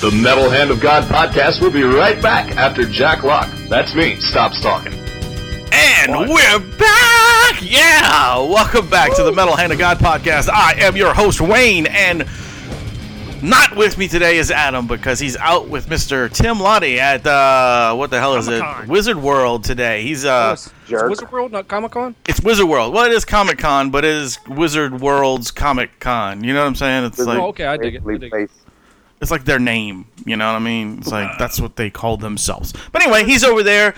The Metal Hand of God podcast will be right back after Jack Locke, that's me, stops talking. And we're back! Yeah! Welcome back to the Metal Hand of God podcast. I am your host, Wayne, and not with me today is Adam because he's out with Mr. Tim Lottie at, uh, what the hell is it? Comic-Con. Wizard World today. He's, uh, It's jerk. Wizard World, not Comic Con. it's Wizard World. Well, it is Comic Con, but it is Wizard World's Comic Con. You know what I'm saying? It's Oh, like, okay, I dig it. I Basically dig it. place. it's like their name. You know what I mean? It's like, that's what they call themselves. But anyway, he's over there.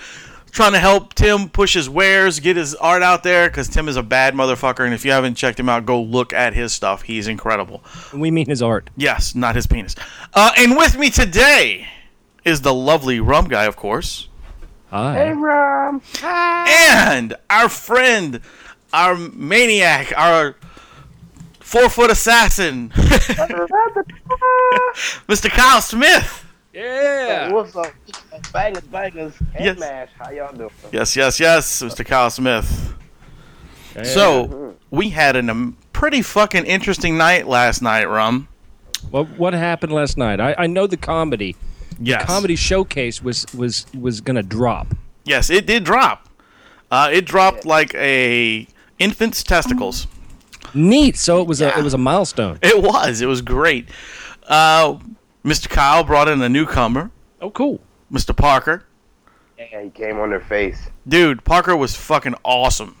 trying to help Tim push his wares, get his art out there, because Tim is a bad motherfucker. And if you haven't checked him out, go look at his stuff. He's incredible. We mean his art. Yes, not his penis. Uh, and with me today is the lovely rum guy, of course, Hi. and our friend, our maniac, our four foot assassin, Mr. Kyle Smith. Yeah. What's up? Bangers, bangers, and Yes. mash. How y'all doing? Yes, yes, yes, Mr. Kyle Smith. So we had an, um pretty fucking interesting night last night, Rum. What what happened last night? I, I know the comedy Yes, comedy showcase was was was gonna drop. Yes, it did drop. Uh, it dropped like a infant's testicles. Neat. So it was a it was a milestone. It was. It was great. Uh, Mr. Kyle brought in a newcomer, Oh, cool. Mr. Parker. Yeah, he came on their face. Dude, Parker was fucking awesome.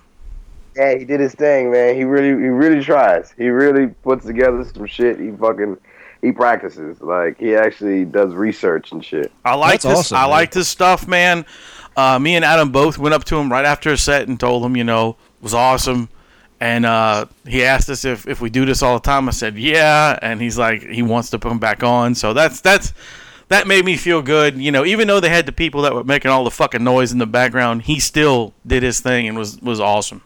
Yeah, he did his thing, man. He really, he really tries. He really puts together some shit. He fucking, he practices. Like he actually does research and shit. I like That's this. awesome, I man. like this stuff, man. Uh, me and Adam both went up to him right after a set and told him, you know, it was awesome. And uh, he asked us if, if we do this all the time. I said, yeah. And he's like, he wants to put him back on. So that's that's that made me feel good. You know, even though they had the people that were making all the fucking noise in the background, he still did his thing and was was awesome.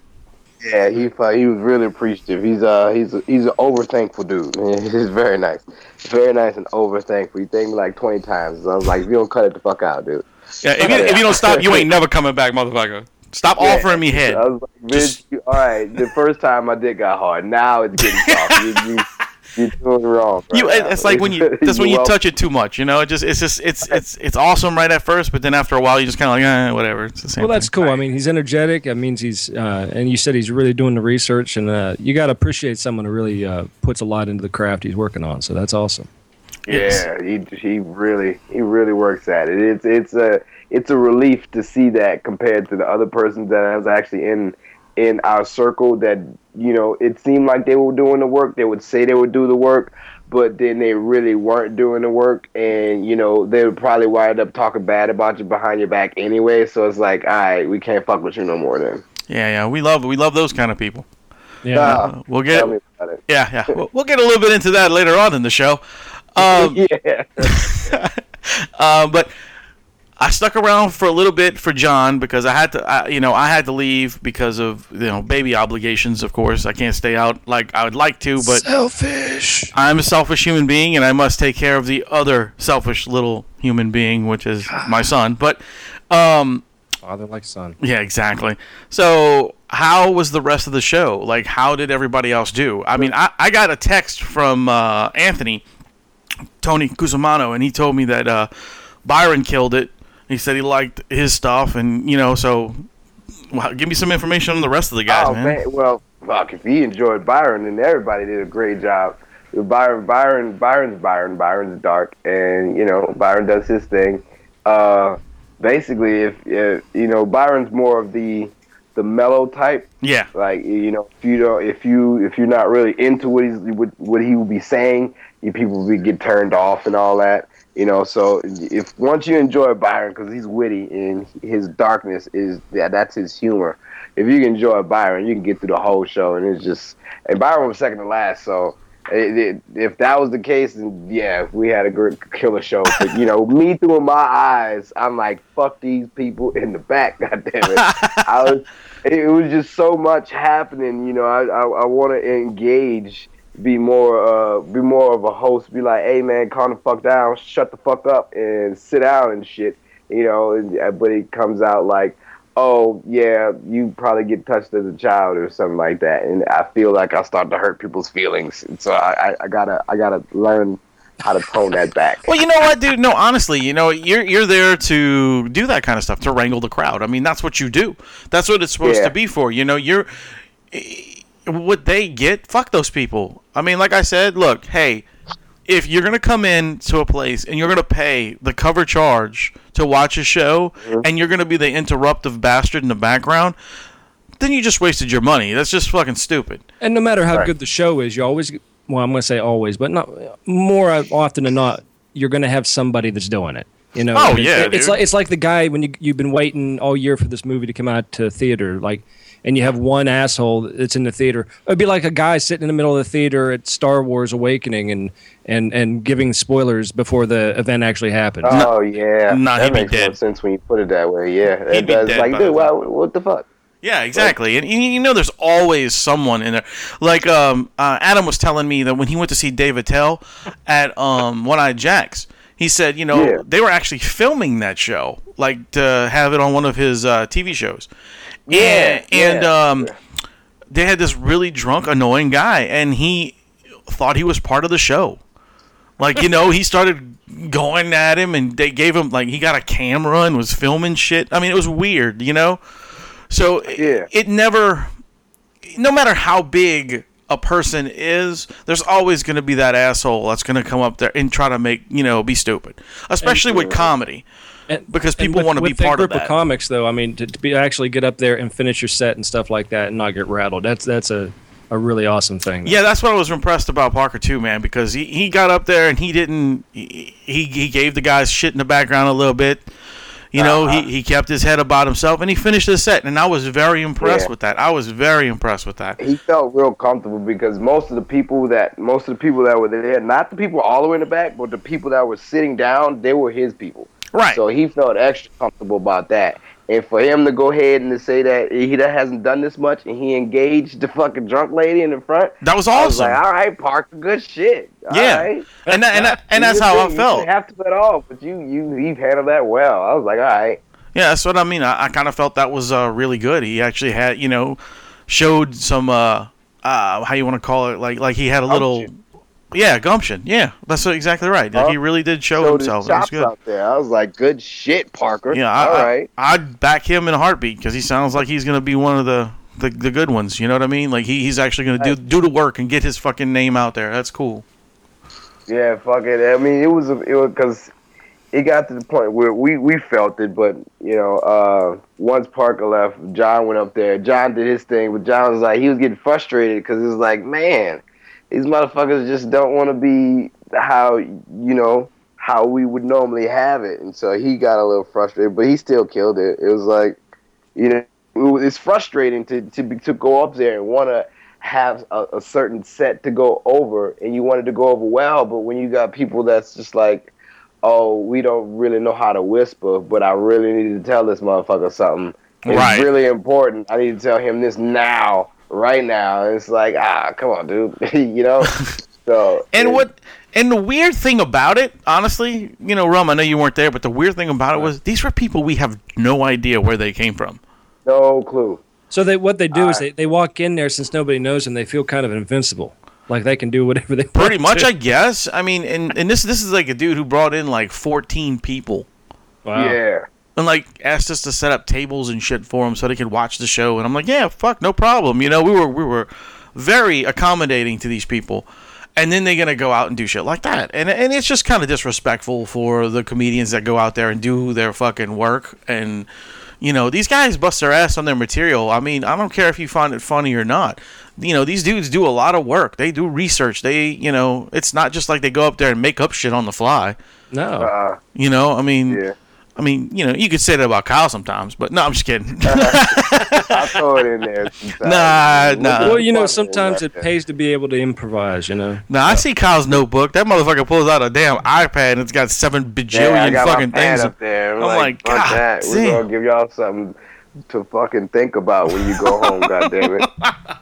Yeah, he fu- he was really appreciative. He's uh he's a, he's an over thankful dude. he's very nice, very nice and over thankful. He thanked me like twenty times. So I was like, if you don't cut it the fuck out, dude. Yeah, if, you, if you don't stop, you ain't never coming back, motherfucker. Stop Yeah. offering me head. I was like, bitch, Just- you, all right. The first time my dick got hard. Now it's getting soft. you, you, you're doing wrong. right You, now. it's like when you that's when you Well, touch it too much, you know. It just it's just it's it's it's awesome right at first, but then after a while you just kind of like eh, whatever. It's the same. Well, that's cool. I mean, he's energetic. That means he's uh, and you said he's really doing the research, and uh, you got to appreciate someone who really uh, puts a lot into the craft he's working on. So that's awesome. Yes. Yeah, he he really he really works at it. It's it's a it's a relief to see that compared to the other persons that I was actually in in our circle that you know it seemed like they were doing the work. They would say they would do the work, but then they really weren't doing the work, and you know they would probably wind up talking bad about you behind your back anyway. So it's like, all right, we can't fuck with you no more then. thing. yeah, yeah. We love we love those kind of people. Yeah. Ah, We'll get tell me yeah, about it. yeah. We'll, we'll get a little bit into that later on in the show. Um, Yeah, Uh, but I stuck around for a little bit for John because I had to, I, you know, I had to leave because of you know baby obligations. Of course, I can't stay out like I would like to, but selfish. I'm a selfish human being, and I must take care of the other selfish little human being, which is my son. But um, Father like son. yeah, exactly. So, how was the rest of the show? Like, how did everybody else do? I mean, I, I got a text from uh, Anthony, Tony Cusimano, and he told me that uh, Byron killed it. He said he liked his stuff, and, you know, so well, give me some information on the rest of the guys, oh man. man. well, fuck. If he enjoyed Byron, then everybody did a great job. Byron, Byron, Byron's Byron. Byron's dark, and you know Byron does his thing. Uh, basically, if, if you know Byron's more of the the mellow type, Yeah. like you know if you don't if you if you're not really into what he's what, what he will be saying you people will get turned off and all that you know so if once you enjoy byron because he's witty and his darkness is yeah, that's his humor if you can enjoy byron you can get through the whole show and it's just and byron was second to last so It, it, if that was the case, then yeah, we had a good killer show. But you know, me through my eyes, I'm like, fuck these people in the back. God damn it! I was, it was just so much happening. You know, I I, I want to engage, be more uh, be more of a host, be like, hey man, calm the fuck down, shut the fuck up, and sit down and shit. You know, and, uh, but it comes out like oh yeah, you probably get touched as a child or something like that, and I feel like I start to hurt people's feelings. And so I, I, I gotta I gotta learn how to tone that back. Well, you know what, dude? No, honestly, you know, you're you're there to do that kind of stuff to wrangle the crowd. I mean, that's what you do. That's what it's supposed Yeah. to be for. You know, you're eh, what they get. Fuck those people. I mean, like I said, look, hey, if you're gonna come in to a place and you're gonna pay the cover charge to watch a show, and you're gonna be the interruptive bastard in the background. Then you just wasted your money. That's just fucking stupid. And no matter how good the show is, you always well, I'm going to say always, but not more often than not, you're going to have somebody that's doing it. You know, Oh, And it- yeah, it's dude. like it's like the guy when you you've been waiting all year for this movie to come out to theater, like, and you have one asshole that's in the theater. It'd be like a guy sitting in the middle of the theater at Star Wars Awakening and and and giving spoilers before the event actually happens. Oh yeah, Nah, he'd that be makes more dead. sense when you put it that way. Yeah, He'd it be does. dead by like, the dude, why, what the fuck? Yeah, exactly. And and you know, there's always someone in there. Like um, uh, Adam was telling me that when he went to see Dave Attell at um, One Eye Jacks, he said, you know, Yeah. they were actually filming that show, like to have it on one of his uh, TV shows. Yeah, And, and yeah, um, they had this really drunk, annoying guy, and he thought he was part of the show. Like, you know, he started going at him and they gave him like he got a camera and was filming shit. I mean, it was weird, you know? So i- Yeah. it never no matter how big a person is, there's always going to be that asshole that's going to come up there and try to make, you know, be stupid. Especially with comedy. And- because and people with- wanna with be part of group that. Of comics, though, I mean, to, to be actually get up there and finish your set and stuff like that, and not get rattled. That's that's a, a really awesome thing. Yeah, that's what I was impressed about Parker too, man, because he, he got up there and he didn't he he he gave the guys shit in the background a little bit. You know, Uh-huh. he, he kept his head about himself and he finished his set and I was very impressed Yeah. with that. I was very impressed with that. he felt real comfortable because most of the people that most of the people that were there, not the people all the way in the back, but the people that were sitting down, they were his people. Right. So he felt extra comfortable about that. And for him to go ahead and to say that he that hasn't done this much and he engaged the fucking drunk lady in the front. That was I was awesome. like, all right, Parker, good shit. All yeah. right. And that, and that, and that's You how I didn't felt. have to at all, but you you you handled that well. I was like, all right. Yeah, that's what I mean. I, I kind of felt that was uh, really good. He actually had, you know, showed some uh, uh, how you want to call it, like like he had a little, Gumption. yeah, gumption. Yeah, that's exactly right. Like, he Huh? really did show So the himself. It was chops good. out there. I was like, good shit, Parker. Yeah, I, all I- right. I'd back him in a heartbeat because he sounds like he's gonna be one of the, the, the good ones. You know what I mean? Like he, he's actually gonna do do the work and get his fucking name out there. That's cool. Yeah, fuck it. I mean, it was it was because it got to the point where we we felt it, but you know, uh, once Parker left, John went up there. John did his thing, but John was like he was getting frustrated because it was like, man, these motherfuckers just don't want to be how you know how we would normally have it, and so he got a little frustrated, but he still killed it. It was like, you know, it was- it's frustrating to to be, to go up there and want to have a, a certain set to go over and you wanted to go over well, but when you got people that's just like, oh, we don't really know how to whisper, but I really need to tell this motherfucker something. It's Right. really important. I need to tell him this now, right now. And it's like, ah, come on, dude. you know? So And it- what? And the weird thing about it, honestly, you know, Rum, I know you weren't there, but the weird thing about it was these were people we have no idea where they came from. no clue. So they what they do is they, they walk in there since nobody knows them, they feel kind of invincible, like they can do whatever they Pretty want much, to. I guess. I mean, and, and this this is like a dude who brought in like 14 people Wow. Yeah. and like asked us to set up tables and shit for him so they could watch the show. And I'm like, yeah, fuck, no problem. You know, we were we were very accommodating to these people. And then they're gonna go out and do shit like that, and and it's just kind of disrespectful for the comedians that go out there and do their fucking work. And you know, these guys bust their ass on their material. I mean, I don't care if you find it funny or not. You know, these dudes do a lot of work. They do research. They, you know, it's not just like they go up there and make up shit on the fly. No. Uh, You know, I mean, yeah. I mean, you know, you could say that about Kyle sometimes, but no, I'm just kidding. I throw it in there. sometimes. Nah, Look nah. at Uh, the well, you know, formula sometimes right it there. pays to be able to improvise. You know, Now I see Kyle's notebook. That motherfucker pulls out a damn iPad and it's got seven bajillion I got my fucking pad things. up there. I'm I'm like, like, fuck God that. damn. We're gonna give y'all something to fucking think about when you go home. God damn it.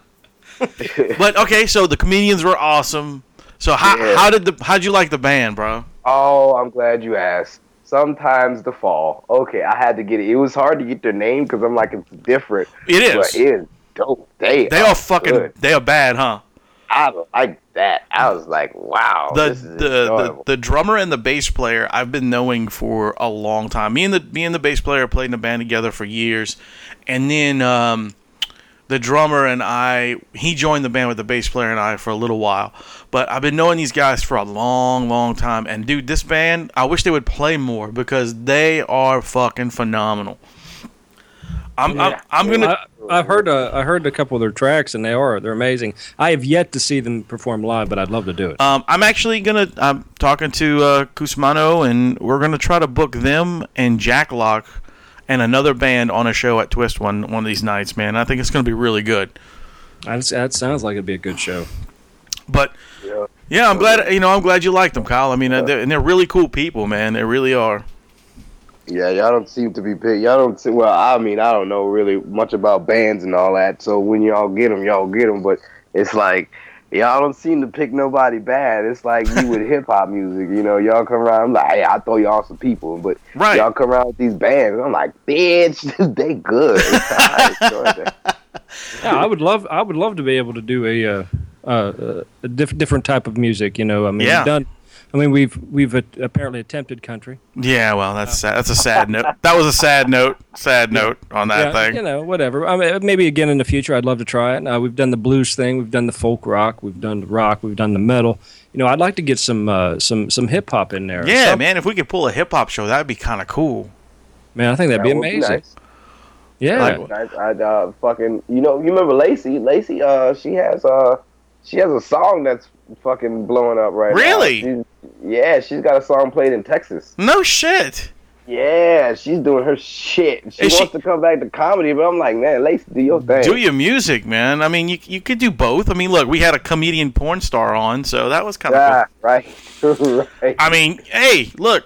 But okay, so the comedians were awesome. So how Yeah. how did the how'd you like the band, bro? Oh, I'm glad you asked. Sometimes the fall. Okay, I had to get it. It was hard to get their name because I'm like it's different. It is. But it is dope. They They are all fucking Oh, good. they are bad, huh? I like that. I was like, wow. the this is the, the enjoyable. the drummer and the bass player I've been knowing for a long time. Me and the me and the bass player played in a band together for years, and then um, the drummer and I he joined the band with the bass player and I for a little while. But I've been knowing these guys for a long, long time. And dude, this band I wish they would play more because they are fucking phenomenal. I'm I'm, I'm gonna I, I've heard a, I heard a couple of their tracks, and they are they're amazing. I have yet to see them perform live, but I'd love to do it. Um, I'm actually gonna. I'm talking to uh, Kusmano, and we're gonna try to book them and Jack Lock and another band on a show at Twist one one of these nights, man. I think it's gonna be really good. That's- that sounds like it'd be a good show. But Yeah. yeah, I'm glad. You know, I'm glad you liked them, Kyle. I mean, uh, they're, and they're really cool people, man. They really are. Yeah, y'all don't seem to be picked. Y'all don't. See, well, I mean, I don't know really much about bands and all that. So when y'all get them, y'all get them. But it's like y'all don't seem to pick nobody bad. It's like you with hip hop music. You know, y'all come around. I'm like, hey, I throw y'all some people, but Right. y'all come around with these bands. I'm like, bitch, they good. I enjoy that. Yeah, I would love I would love to be able to do a uh, uh, a diff- different type of music. You know, I mean, we've Yeah. done. I mean, we've we've uh, apparently attempted country. Yeah, well, that's sad. that's a sad note. That was a sad note. Sad note on that yeah, thing. you know, whatever. I mean, maybe again in the future, I'd love to try it. Uh, we've done the blues thing, we've done the folk rock, we've done the rock, we've done the metal. You know, I'd like to get some uh, some some hip hop in there. or yeah, something. man. If we could pull a hip hop show, that'd be kind of cool. man, I think that'd be That would amazing. nice. Yeah, Like- I, I uh, fucking you know you remember Lacey? Lacey, uh, she has uh she has a song that's fucking blowing up right Really? now. Really? Yeah, she's got a song played in Texas. No shit. Yeah, she's doing her shit. She Is wants she- to come back to comedy, but I'm like, man, Lacey, do your thing. do your music, man. I mean, you you could do both. I mean, look, we had a comedian porn star on, so that was kind of. Yeah, Cool. Ah, right, right. I mean, hey, look,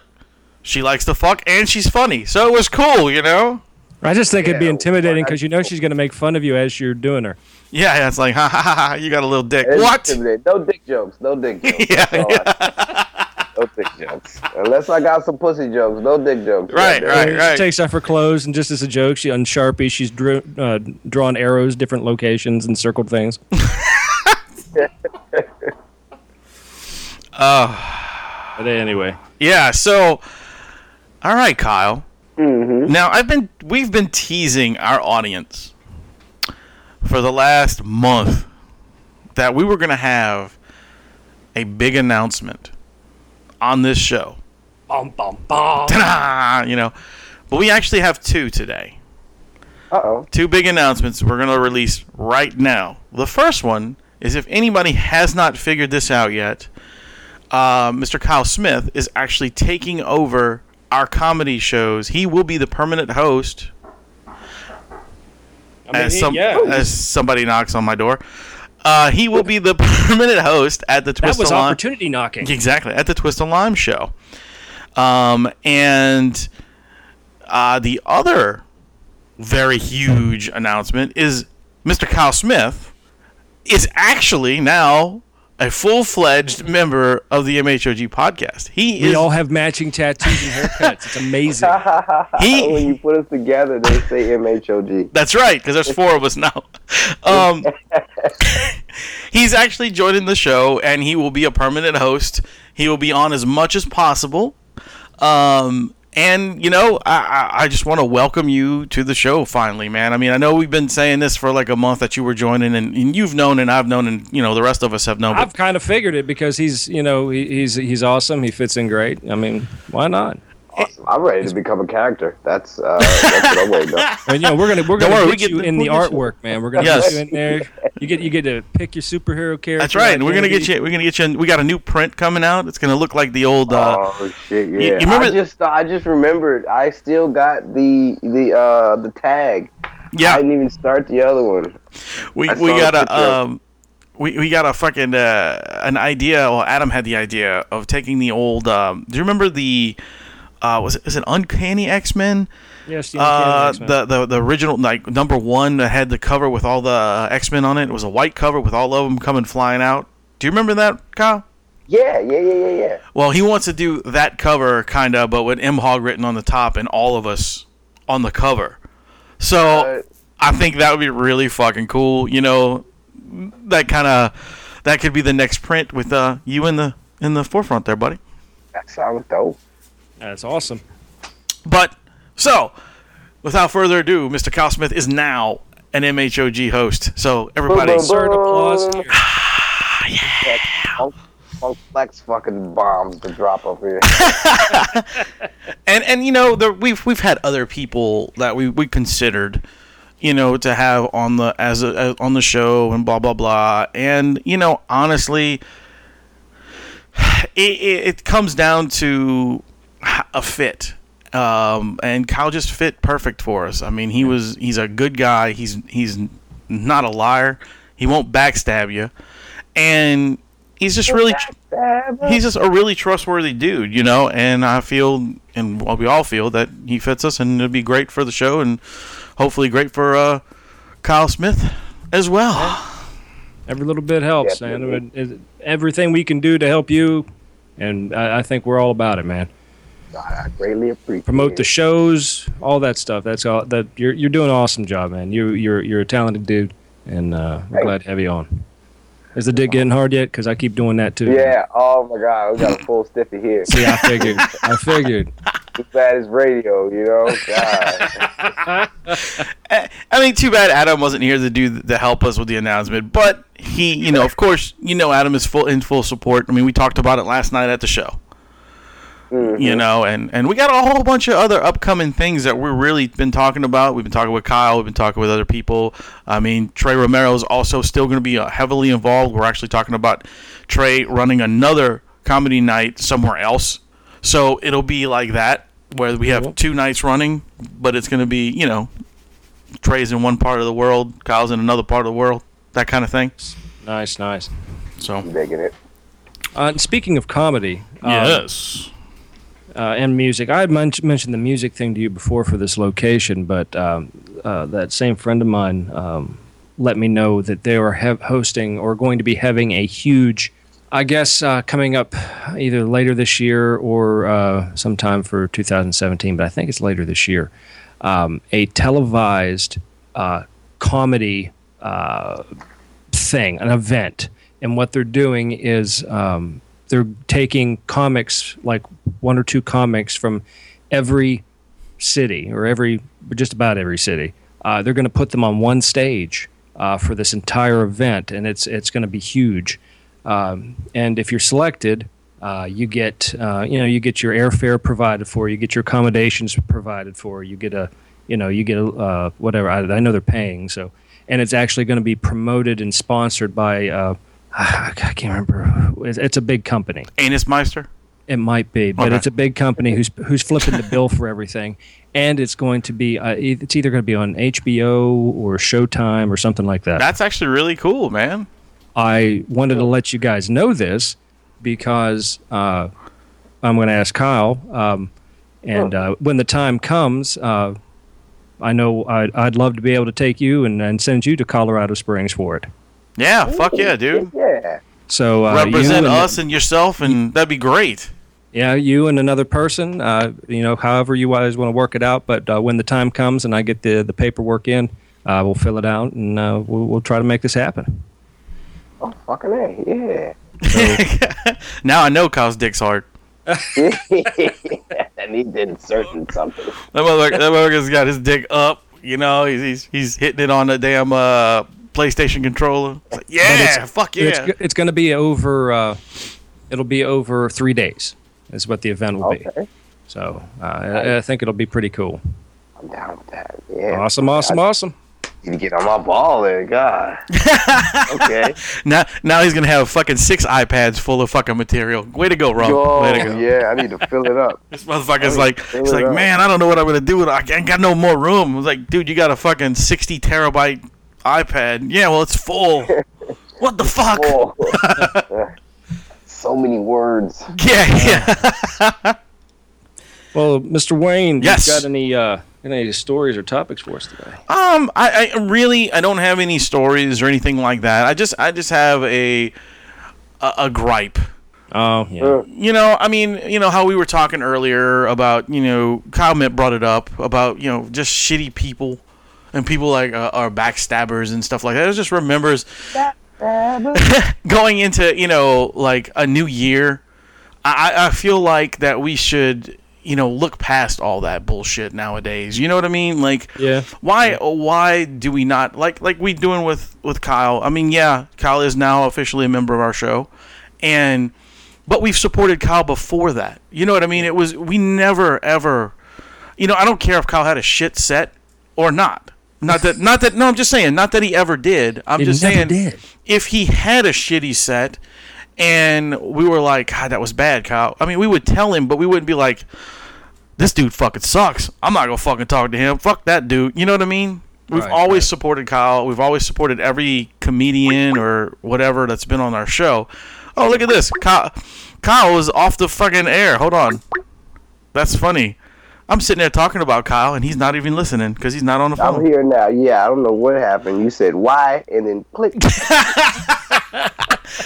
she likes to fuck and she's funny, so it was cool, you know. I just think it'd be Yeah, intimidating well, because you know she's going to make fun of you as you're doing her. Yeah, yeah, it's like, ha ha ha, ha you got a little dick. It's what? intimidating. No dick jokes. No dick jokes. Yeah, That's all I- no dick jokes. Unless I got some pussy jokes. No dick jokes. Right, Goddamn. right, right. She takes off her clothes and just as a joke, she on Sharpie, she's drew, uh, drawn arrows, different locations, and circled things. But anyway, Yeah. So, all right, Kyle. Now I've been we've been teasing our audience for the last month that we were going to have a big announcement on this show. Ta-da! You know, but we actually have two today. Uh-oh. Two big announcements we're going to release right now. The first one is if anybody has not figured this out yet, uh, Mr. Kyle Smith is actually taking over our comedy shows. He will be the permanent host. as, some, uh, yeah. as somebody knocks on my door, uh, he will be the permanent host at the that Twist was and Lime- opportunity knocking. Exactly at the Twist and Lime show, um, and uh, the other very huge announcement is Mr. Kyle Smith is actually now a full fledged member of the MHOG podcast. He We is all have matching tattoos and haircuts. It's amazing. When he. you put us together, they say MHOG. That's right, because there's four of us now. Um, he's actually joining the show, and he will be a permanent host. He will be on as much as possible. Um, and you know, I, I, I just want to welcome you to the show finally, man. I mean, I know we've been saying this for like a month that you were joining, and, and you've known, and I've known, and you know, the rest of us have known. but- I've kind of figured it because he's, you know, he, he's he's awesome. He fits in great. I mean, why not? awesome. I'm ready to become a character. That's, uh, that's what I'm waiting on. And, you know, we're gonna we're gonna worry, we get get you the- in the we'll get artwork, man. We're gonna Yes. get you in there. You get you get to pick your superhero character. That's right. And we're gonna get identity. you. We're gonna get you. We got a new print coming out. It's gonna look like the old. Uh, Oh shit! Yeah, you remember- I just thought- I just remembered. I still got the the uh the tag. I yeah, didn't even start the other one. we, I we saw got the a picture. um, we, we got a fucking uh, an idea. Well, Adam had the idea of taking the old. Um, do you remember the? Uh, was it, is it Uncanny X Men? Yes, Uh, the, the the original like number one that had the cover with all the uh, X Men on it. It was a white cover with all of them coming flying out. Do you remember that, Kyle? Yeah, yeah, yeah, yeah, yeah. Well, he wants to do that cover kind of, but with M Hog written on the top and all of us on the cover. So Uh, I think that would be really fucking cool. You know, that kind of that could be the next print with uh, you in the in the forefront there, buddy. That sounds dope. That's awesome. But so, without further ado, Mr. Kyle Smith is now an MHOG host. So everybody, Boom, boom, Third applause. Here. Funk- funk Flex fucking bombs to drop up here. and and you know there, we've we've had other people that we we considered you know to have on the as, a, as on the show and blah blah blah and you know honestly it, it, it comes down to a fit um, and Kyle just fit perfect for us I mean he was he's a good guy he's he's not a liar he won't backstab you and he's just really he's just a really trustworthy dude, you know, and I feel and well, we all feel that he fits us and it'd be great for the show and hopefully great for uh, Kyle Smith as well. Every little bit helps, Yeah, man. yeah, I mean, is- Everything we can do to help you, and I, I think we're all about it, man. I greatly appreciate. Promote the it. shows, all that stuff. That's all. That you're you're doing an awesome job, man. You you're you're a talented dude, and uh, we're Hey. glad to have you on. Is the dick getting hard yet? Because I keep doing that too. Yeah. Oh my god, we got a full stiffy here. See, I figured. I figured. Too bad it's radio, you know. God. I mean, too bad Adam wasn't here to do to help us with the announcement, but he, you know, of course, you know, Adam is full in full support. I mean, we talked about it last night at the show. You know, and and we got a whole bunch of other upcoming things that we're really been talking about. We've been talking with Kyle. We've been talking with other people. I mean, Trey Romero is also still going to be uh, heavily involved. We're actually talking about Trey running another comedy night somewhere else. So it'll be like that where we have two nights running, but it's going to be you know Trey's in one part of the world, Kyle's in another part of the world, that kind of thing. Um, Nice, nice. So Digging it. Uh, and speaking of comedy, um, yes, uh, and music. I had men- mentioned the music thing to you before for this location, but um, uh, that same friend of mine um, let me know that they are have hosting or going to be having a huge, I guess, uh, coming up either later this year or uh, sometime for 2017, but I think it's later this year, um, a televised uh, comedy uh, thing, an event. And what they're doing is um, they're taking comics, like one or two comics from every city or every, just about every city. Uh, they're going to put them on one stage uh, for this entire event, and it's it's going to be huge. Um, and if you're selected, uh, you get uh, you know you get your airfare provided for, you get your accommodations provided for, you get a you know you get a uh, whatever. I, I know they're paying so, and it's actually going to be promoted and sponsored by uh, I can't remember. It's, it's a big company. Anus Meister. It might be, but Okay. it's a big company who's who's flipping the bill for everything, and it's going to be uh, e- it's either going to be on HBO or Showtime or something like that. That's actually really cool, man. I wanted to let you guys know this because uh, I'm going to ask Kyle, um, and uh, when the time comes, uh, I know I'd, I'd love to be able to take you and, and send you to Colorado Springs for it. Yeah, fuck yeah, dude. Yeah. So uh, you Represent and- us and yourself, and that'd be great. Yeah, you and another person. Uh, you know, however you guys want to work it out. But uh, when the time comes and I get the the paperwork in, uh, we'll fill it out and uh, we'll, we'll try to make this happen. Oh fucking a, yeah. Now I know Kyle's dick's hard. I need to insert in something. That motherfucker, that motherfucker's got his dick up. You know, he's he's, he's hitting it on the damn uh, PlayStation controller. It's like, yeah, fuck yeah. It's It's it's going to be over. Uh, it'll be over three days. Is what the event will be. Okay. So uh, I, I think it'll be pretty cool. I'm down with that. Yeah. Awesome, awesome, awesome. You get on my ball there, God. okay. Now, now he's gonna have fucking six iPads full of fucking material. Way to go, Rob. Yo, Way to go. yeah, I need to fill it up. This motherfucker's Hey, like, fill it's it like, up. man, I don't know what I'm gonna do. with it. I ain't got no more room. I was like, dude, you got a fucking 60 terabyte iPad. Yeah, well, it's full. what the fuck? Oh. so many words. Yeah, yeah. Well, Mr. Wayne, Yes. you got any uh, any stories or topics for us today? Um, I, I really I don't have any stories or anything like that. I just I just have a a, a gripe. Oh, yeah. Uh, You know, I mean, you know how we were talking earlier about you know Kyle Mitt brought it up about you know just shitty people and people like uh, are backstabbers and stuff like that. I just remembers going into you know like a new year. I I- I feel like that we should you know look past all that bullshit nowadays. You know what I mean? Like Yeah. why why do we not like like we doing with with Kyle? I mean, yeah, Kyle is now officially a member of our show, and but we've supported Kyle before that. You know what I mean? It was we never ever, you know, I don't care if Kyle had a shit set or not. Not that not that no, I'm just saying not that he ever did. I'm He just never saying did. if he had a shitty set. And we were like, God, that was bad, Kyle. I mean, we would tell him, but we wouldn't be like, this dude fucking sucks. I'm not gonna fucking talk to him. Fuck that dude. You know what I mean? We've Right, always supported Kyle. We've always supported every comedian or whatever that's been on our show. Oh, look at this. Kyle, Kyle is off the fucking air. Hold on. That's funny. I'm sitting there talking about Kyle, and he's not even listening because he's not on the I'm phone. here now. Yeah, I don't know what happened. You said why, and then click.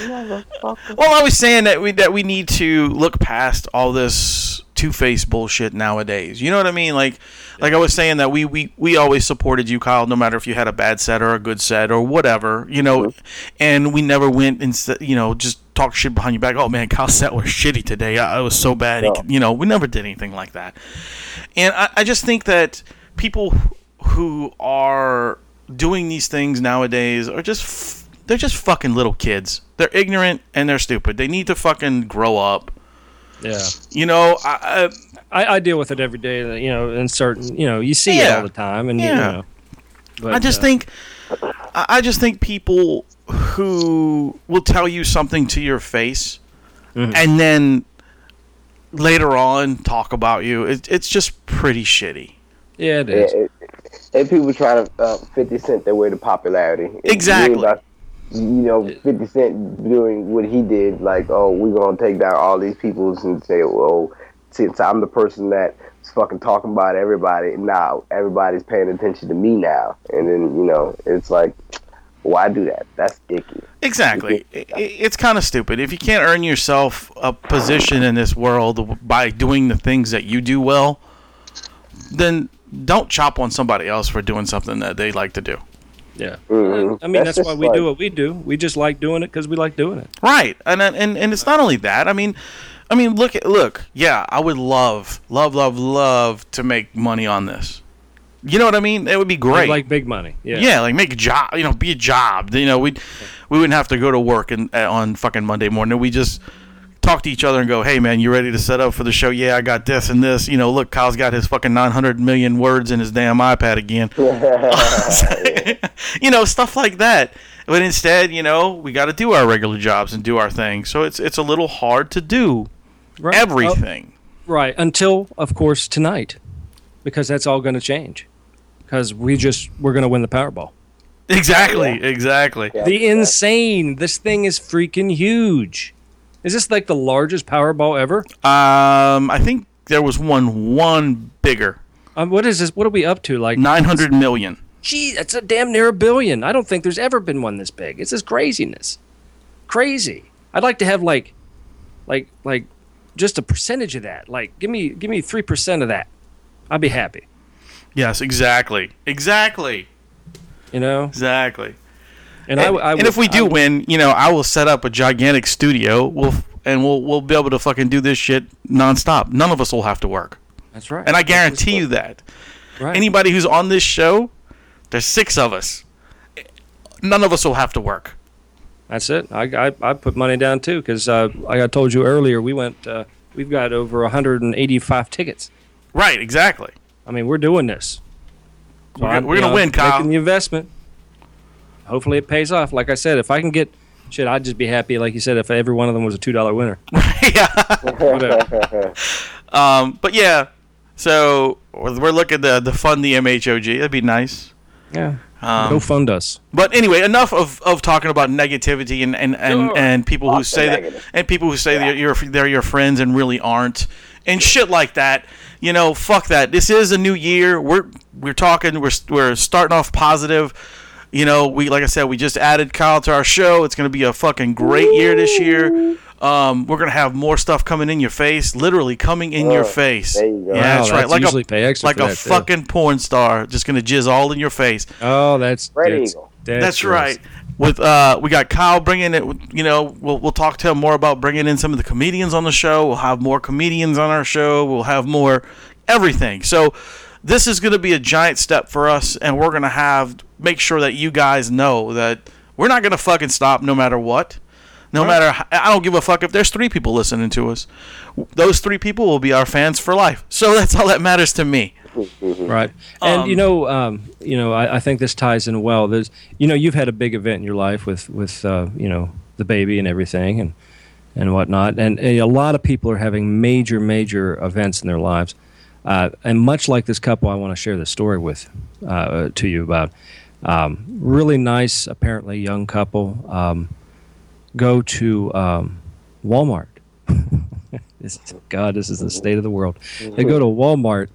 Well, I was saying that we that we need to look past all this two faced bullshit nowadays. You know what I mean? Like, like I was saying that we, we we always supported you, Kyle, no matter if you had a bad set or a good set or whatever. You know, and we never went and s- you know just talk shit behind your back. Oh man, Kyle's set was shitty today. I, I was so bad. He could- you know, we never did anything like that. And I, I just think that people who are doing these things nowadays are just f- they're just fucking little kids. They're ignorant and they're stupid. They need to fucking grow up. Yeah. You know, I, I I, I deal with it every day. that, You know, in certain, you know, you see it Yeah. all the time, and you Yeah. know. But, I just uh, think I, I just think people who will tell you something to your face and then later on talk about you. It, it's just pretty shitty. yeah, it Yeah, is. it- and people try to uh, 50 Cent their way to popularity. It's really Exactly. about, you know, 50 Cent doing what he did, like, oh, we're going to take down all these peoples and say, well, since I'm the person that's fucking talking about everybody, now everybody's paying attention to me now. And then, you know, it's like, why do that? That's icky. Exactly. I- I- It's kind of stupid. If you can't earn yourself a position in this world by doing the things that you do well, then don't chop on somebody else for doing something that they like to do. Yeah. Mhm. I mean, that's, just why we like- do what we do. We just like doing it because we like doing it. Right. And and and it's not only that. I mean, I mean, look at look. Yeah, I would love, love, love, love to make money on this. You know what I mean? It would be We great. like big money. Yeah. Yeah, like make a job, you know, be a job. You know, we we wouldn't have to go to work and uh, on fucking Monday morning. We just talk to each other and go, "Hey man, you ready to set up for the show? Yeah, I got this and this. You know, look, Kyle's got his fucking 900 million words in his damn iPad again. you know, stuff like that. But instead, you know, we got to do our regular jobs and do our thing. So it's it's a little hard to do Right. everything. Oh, right. Until, of course, tonight, because that's all going to change. Because we just we're going to win the Powerball. Exactly, exactly. The insane. This thing is freaking huge. Is this like the largest Powerball ever? Um, I think there was one one bigger, Um, what is this? What are we up to? Like, 900 million. gee, that's a damn near a billion. I don't think there's ever been one this big. It's just craziness. Crazy. I'd like to have like, like, like, just a percentage of that. Like, give me, give me three percent of that. I'd be happy. Yes, exactly, exactly, You know. exactly. And, I, And, w- I and would- if we I do would- win, you know, I will set up a gigantic studio. We'll f- and we'll we'll be able to fucking do this shit nonstop. None of us will have to work, that's right. and I guarantee you that right. anybody who's on this show, there's six of us. None of us will have to work. That's it. I, I, I put money down too because uh, like I told you earlier, we went uh, We've got over 185 tickets. Right, exactly. I mean, we're doing this. So We're, I'm, we're you gonna know, win, Kyle. Making the investment. Hopefully, it pays off. Like I said, if I can get shit, I'd just be happy. Like you said, if every one of them was a two dollar winner. yeah. Whatever. Um, but yeah, so we're we're looking to, to fund the MHOG. That'd be nice. yeah. Um, Go fund us. But anyway, enough of, of talking about negativity and, and, and, Sure. and people who Lots of say that negative. and people who say that you're, they're your friends and really aren't and shit like that. You know, fuck that. This is a new year. We're we're talking. We're we're starting off positive. You know, we like I said, we just added Kyle to our show. It's gonna be a fucking great year this year. Um, we're gonna have more stuff coming in your face, literally coming in your face. Oh, there you Yeah, go. Wow, that's right. that's like usually a pay extra like for a that, too. fucking porn star, just gonna jizz all in your face. Oh, that's Red that's- Eagle. That's yours. right. With uh, we got Kyle bringing it. You know, we'll we'll talk to him more about bringing in some of the comedians on the show. We'll have more comedians on our show. We'll have more everything. So this is going to be a giant step for us, and we're going to have make sure that you guys know that we're not going to fucking stop no matter what. No matter, h- I don't give a fuck if there's three people listening to us. Those three people will be our fans for life. So that's all that matters to me. Right. And you know, um, you know, I, I think this ties in well. There's, you know, you've had a big event in your life with with uh, you know the baby and everything and and whatnot. And, and a lot of people are having major, major events in their lives. Uh, and much like this couple, I want to share this story with uh, to you about. Um, really nice, apparently young couple. Um, go to um, Walmart. this, God, this is the state of the world. They go to Walmart,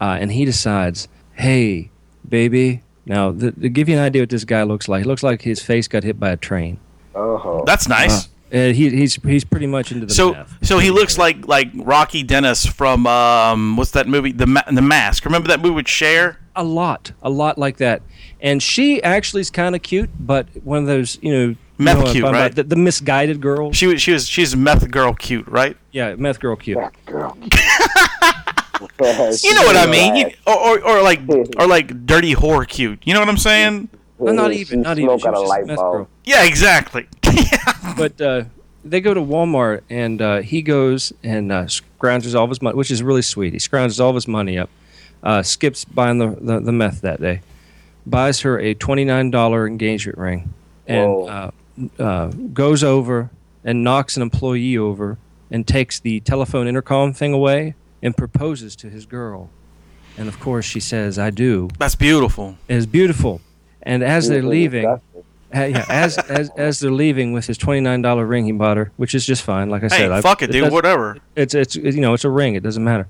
uh, and he decides, "Hey, baby." Now, th- to give you an idea what this guy looks like, he looks like his face got hit by a train. Oh, That's nice. Uh, he, he's he's pretty much into the So meth. so he looks like like Rocky Dennis from um what's that movie the Ma- the Mask? Remember that movie with Cher? a lot, a lot like that. And she actually is kind of cute, but one of those you know, Meth you know what I'm cute, talking about, right? The, the misguided girl. She was she was she's meth girl cute, right? yeah, meth girl cute. girl. You know what I mean? You- or, or or like or like dirty whore cute. You know what I'm saying? No, not even, not even. She was Smoking a just a light meth bulb. girl. Yeah, exactly. but uh, they go to Walmart, and uh, he goes and uh, scrounges all of his money, which is really sweet. He scrounges all of his money up, uh, skips buying the, the, the meth that day, buys her a $29 engagement ring, and uh, Whoa. uh, goes over and knocks an employee over and takes the telephone intercom thing away and proposes to his girl. And of course, she says, I do. That's beautiful. It is beautiful. And as they're Beautiful leaving, disgusting. uh, yeah, as, as as they're leaving with his twenty nine dollar ring he bought her, which is just fine. Like I Hey, said, I- fuck it, dude. doesn't- whatever. It's it's you know it's a ring. It doesn't matter.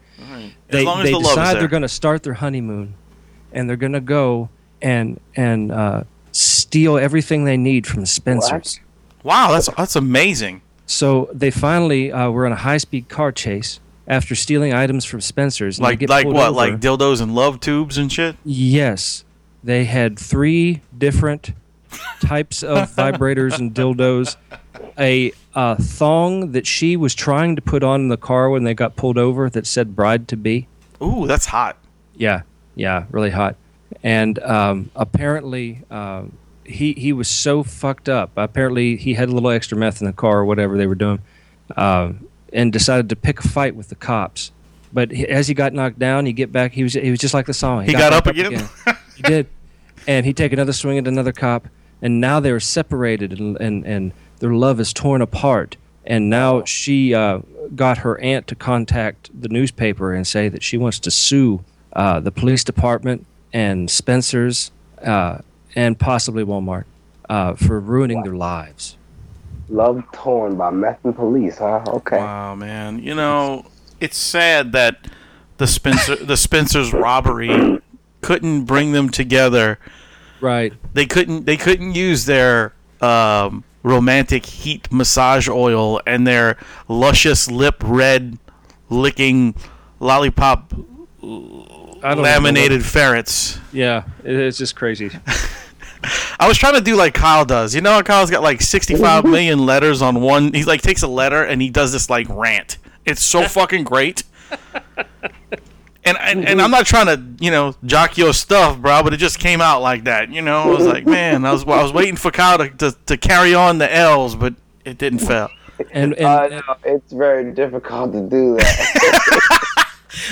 They long as they the love is decide there. they're going to start their honeymoon, and they're going to go and and uh, steal everything they need from Spencer's. Wow, that's that's amazing. So they finally uh, were in a high speed car chase after stealing items from Spencer's. and they Like get like pulled what? over. Like dildos and love tubes and shit. Yes, they had three different types of vibrators and dildos. A, uh thong that she was trying to put on in the car when they got pulled over that said "bride to be." Ooh, that's hot. Yeah, yeah, really hot. And um, apparently, uh, he he was so fucked up. Apparently, he had a little extra meth in the car or whatever they were doing, uh, and decided to pick a fight with the cops. But he, as he got knocked down, he get back. He was he was just like the song. He got back up again? he did, and he take another swing at another cop. And now they are separated, and and, and their love is torn apart. And now she uh, got her aunt to contact the newspaper and say that she wants to sue uh, the police department and Spencer's uh, and possibly Walmart uh, for ruining their lives. Love torn by meth and police, huh? Okay. Wow, Oh, man. You know, it's sad that the Spencer the Spencer's robbery couldn't bring them together. Right. They couldn't they couldn't use their um, romantic heat massage oil and their luscious lip red licking lollipop I don't know. laminated ferrets. Yeah, it- it's just crazy. I was trying to do like Kyle does. You know how Kyle's got like 65 million letters on one. He like takes a letter and he does this like rant. It's so fucking great. And, and and I'm not trying to you know jock your stuff, bro, but it just came out like that. You know, I was like, man, I was I was waiting for Kyle to, to, to carry on the L's, but it didn't fail. And, and Uh, no, it's very difficult to do that.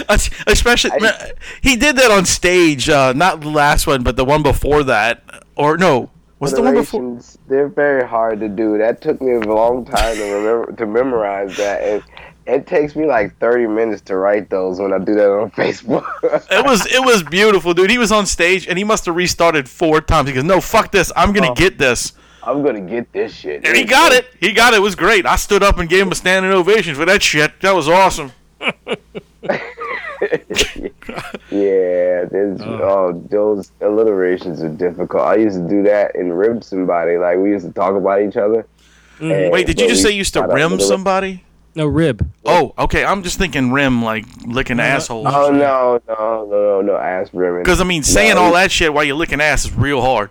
Es- Especially, I- he did that on stage. Uh, not the last one, but the one before that, or no, was it the one before? Alliterations, They're very hard to do. That took me a long time to remember to memorize that. And it takes me like 30 minutes to write those when I do that on Facebook. It was it was beautiful, dude. He was on stage and he must have restarted four times. He goes, "No, fuck this. I'm gonna get this." I'm gonna get this shit. And he got it. He got it. It was great. I stood up and gave him a standing ovation for that shit. That was awesome. Yeah, there's oh. those alliterations are difficult. I used to do that and rim somebody. Like we used to talk about each other. And- Mm-hmm. Wait, did but you just say we you used to got rim alliteration- somebody? no rib. Oh, okay. I'm just thinking rim like licking assholes. Oh no, no, no, no, no, ass rimming. Because I mean, saying No, all that shit while you're licking ass is real hard.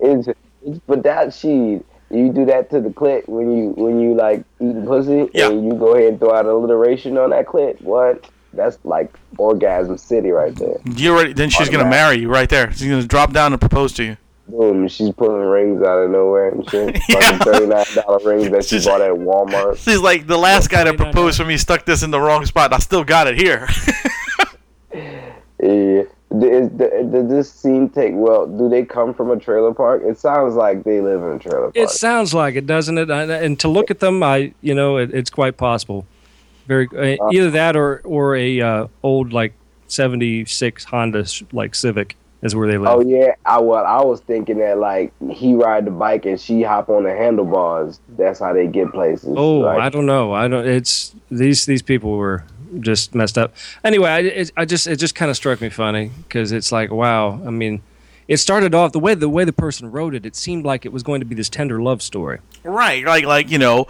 it's, it's but that shit. You do that to the clit when you when you like eating pussy Yeah. and you go ahead and throw out alliteration on that clit. What? That's like orgasm city right there. You already then she's gonna Automatic. marry you right there. She's gonna drop down and propose to you. Boom! She's pulling rings out of nowhere and shit. Yeah. Fucking thirty nine dollar rings that she She's- bought at Walmart. She's like the last guy that probably not proposed for me stuck this in the wrong spot. I still got it here. Yeah. Does, does this scene take well? Do they come from a trailer park? It sounds like they live in a trailer park. It sounds like it, doesn't it? And, and to look at them, I you know it, it's quite possible. Very uh, either that or or a uh, old like '76 Honda sh- like Civic is where they live. oh yeah, I was I was thinking that like he ride the bike and she hop on the handlebars. That's how they get places. Oh, I like, don't know. I don't. It's these these people were just messed up. Anyway, I, it, I just it just kind of struck me funny because it's like wow. I mean, it started off the way the way the person wrote it. It seemed like it was going to be this tender love story. right, like like you know,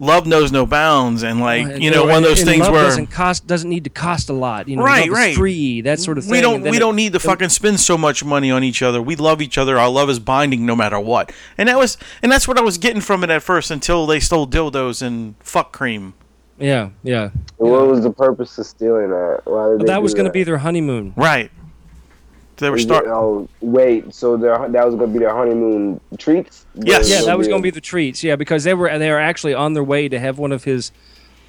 love knows no bounds, and like you know, And- one of those and things love where doesn't cost doesn't need to cost a lot. You know, Right, love is right. free that sort of thing. we don't and then we it- don't need to fucking spend so much money on each other. We love each other. Our love is binding no matter what. And that was and that's what I was getting from it at first until they stole dildos and fuck cream. Yeah, yeah. What was the purpose of stealing that? Why did But they that was going going to be their honeymoon. Right. They were start. Oh wait, so their, that was going to be their honeymoon treats. Yes. Yeah, So that was going to be the treats. Yeah, because they were they were actually on their way to have one of his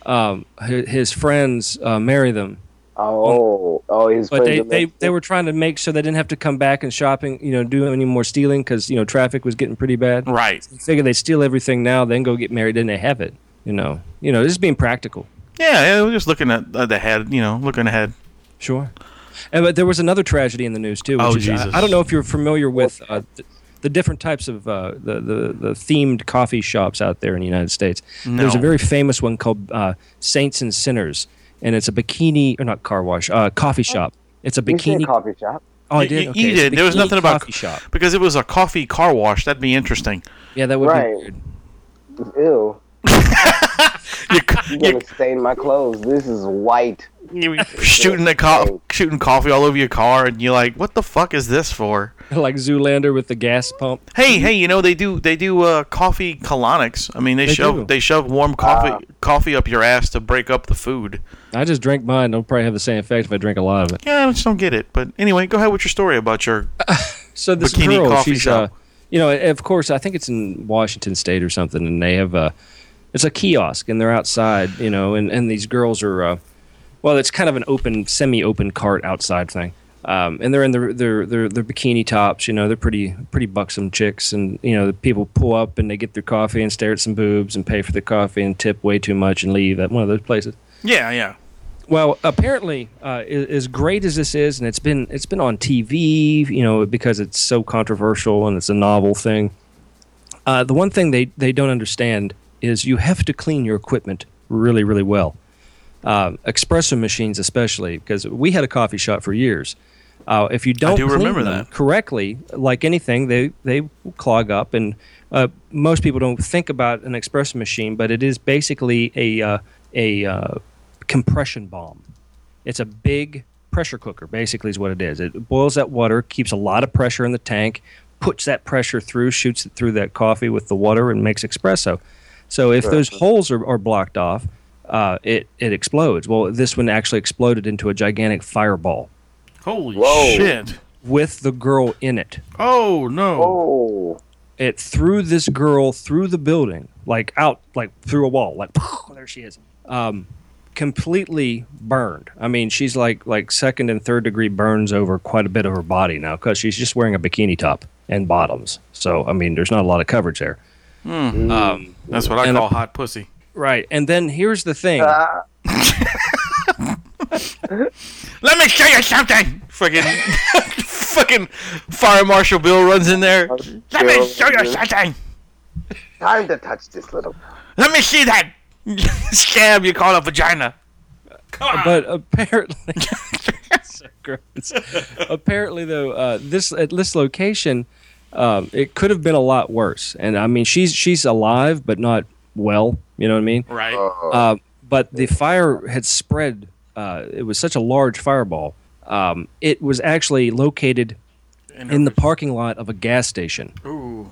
um, hi- his friends uh, marry them. Oh, oh, his But they, friends they, they were trying to make sure they didn't have to come back and shopping, you know, do any more stealing because, you know, traffic was getting pretty bad. Right. Figure they steal everything now, then go get married, then they have it. You know, you know, just being practical. Yeah, yeah, we're just looking at uh, the head, you know, looking ahead. Sure. And but there was another tragedy in the news too. Which Oh, is, Jesus. I, I don't know if you're familiar with uh, th- the different types of uh, the, the the themed coffee shops out there in the United States. There's a No. very famous one called uh, Saints and Sinners, and it's a bikini or not car wash, uh, coffee shop. It's a bikini. Oh. coffee shop. oh, I You- did. you- Okay. you it's a did. There was bikini nothing about coffee shop. because it was a coffee car wash. That'd be interesting. Yeah, that would Right. be weird. Ew. You, c- You're gonna stain my clothes. This is white. you, you shooting the co- shooting coffee all over your car, and you're like, "What the fuck is this for?" like Zoolander with the gas pump. Hey, hey, you know they do they do uh, coffee colonics. I mean, they, Ah. They shove do. they shove warm coffee coffee up your ass to break up the food. I just drink mine. I'll probably have the same effect if I drink a lot of it. Yeah, I just don't get it. But anyway, go ahead with your story about your. So this Bikini girl, coffee she's shop. uh, you know, of course, I think it's in Washington State or something, and they have uh, it's a kiosk, and they're outside, you know, and and these girls are, uh, well, it's kind of an open, semi-open cart outside thing, um, and they're in their their their their bikini tops, you know, they're pretty pretty buxom chicks, and you know, the people pull up and they get their coffee and stare at some boobs and pay for the coffee and tip way too much and leave at one of those places. Yeah, yeah. Well, apparently, uh, a- as great as this is, and it's been it's been on TV, you know, because it's so controversial and it's a novel thing. Uh, the one thing they they don't understand is you have to clean your equipment really, really well. Uh, espresso machines, especially, because we had a coffee shop for years. Uh, if you don't do clean remember them that. correctly, like anything, they they clog up, and uh, most people don't think about an espresso machine, but it is basically a uh, a uh, compression bomb. It's a big pressure cooker, basically, is what it is. It boils that water, keeps a lot of pressure in the tank, puts that pressure through, shoots it through that coffee with the water, and makes espresso. So if those holes are, are blocked off, uh, it, it explodes. Well, this one actually exploded into a gigantic fireball Holy Whoa. shit! with the girl in it. Oh no! Oh, it threw this girl through the building, like out, like through a wall, like there she is, um, completely burned. I mean, she's like like second and third degree burns over quite a bit of her body now because she's just wearing a bikini top and bottoms. So I mean, there's not a lot of coverage there. Um, That's what I And a- call hot pussy. right, and then here's the thing. Let me show you something. Fucking, fucking fire marshal Bill runs in there. Let me show you something. Time to touch this little. Let me see that scab you call a vagina. but apparently, so gross. apparently though, uh, this at this location, um, it could have been a lot worse. And I mean, she's she's alive, but not well. You know what I mean? Right. Uh, but the fire had spread. Uh, it was such a large fireball. Um, it was actually located in the parking lot of a gas station. Ooh.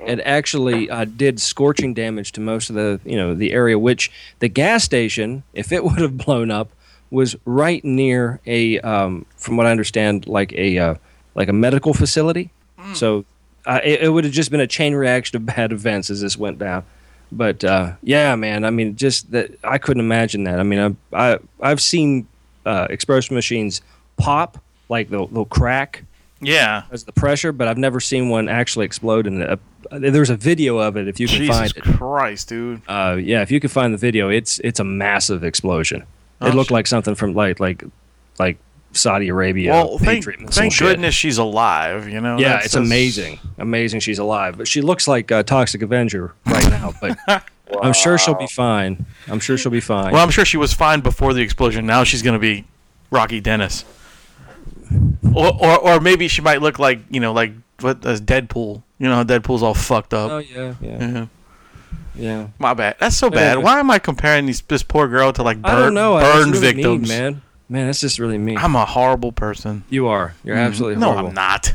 It actually uh, did scorching damage to most of the you know the area. Which the gas station, if it would have blown up, was right near a, um, from what I understand, like a uh, like a medical facility. So uh, it, it would have just been a chain reaction of bad events as this went down. But uh, yeah, man, I mean, just that I couldn't imagine that. I mean, I, I I've seen uh, expression machines pop like they'll, they'll crack Yeah. as the pressure, but I've never seen one actually explode. And uh, there's a video of it if you can Jesus find it. Christ, dude. Uh, yeah, if you can find the video, it's it's a massive explosion. it looked like something from like like like Saudi Arabia. well, thank, Patriot missile thank shit. goodness she's alive. You know. Yeah, That's- it's that's- amazing, amazing. She's alive, but she looks like uh, Toxic Avenger right now. But I'm sure she'll be fine. I'm sure she'll be fine. Well, I'm sure she was fine before the explosion. Now she's gonna be Rocky Dennis. Or, or, or maybe she might look like you know, like what uh, Deadpool. You know how Deadpool's all fucked up. oh yeah, yeah, Yeah. mm-hmm. yeah. My bad. That's so bad. Yeah. Why am I comparing these, this poor girl to like burn, I don't know. I- that's burn really mean, victims? man. Man, that's just really mean. I'm a horrible person. you are. You're absolutely no, horrible. I'm not.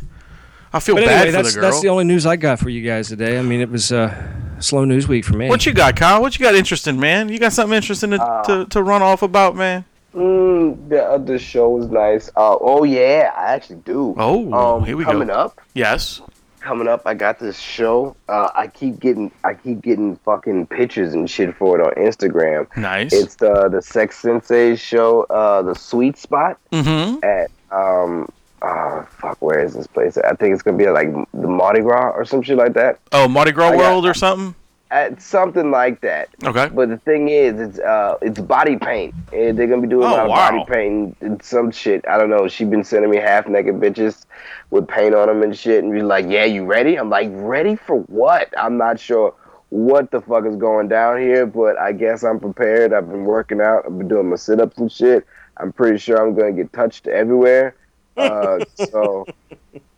I feel But bad anyway, for that's the girl. that's the only news I got for you guys today. I mean, it was uh, slow news week for me. what you got, Kyle? What you got interesting, man? You got something interesting to, Uh, to, to run off about, man? Mm, the other show was nice. Uh, oh yeah, I actually do. Oh, um, here we go. coming up, Yes. coming up. I got this show. Uh, I keep getting, I keep getting fucking pictures and shit for it on Instagram. Nice. It's the the Sex Sensei show, uh, the Sweet Spot mm-hmm. at um, uh, fuck, where is this place? I think it's gonna be at, like the Mardi Gras or some shit like that. Oh, Mardi Gras got- World or something? At something like that. Okay. But the thing is, it's uh, it's body paint. Eh, They're gonna be doing Oh, a lot of wow. body paint and some shit. I don't know. She been sending me half naked bitches with paint on them and shit, and be like, "Yeah, you ready?" I'm like, "Ready for what?" I'm not sure what the fuck is going down here, but I guess I'm prepared. I've been working out. I've been doing my sit ups and shit. I'm pretty sure I'm gonna get touched everywhere. Uh, so.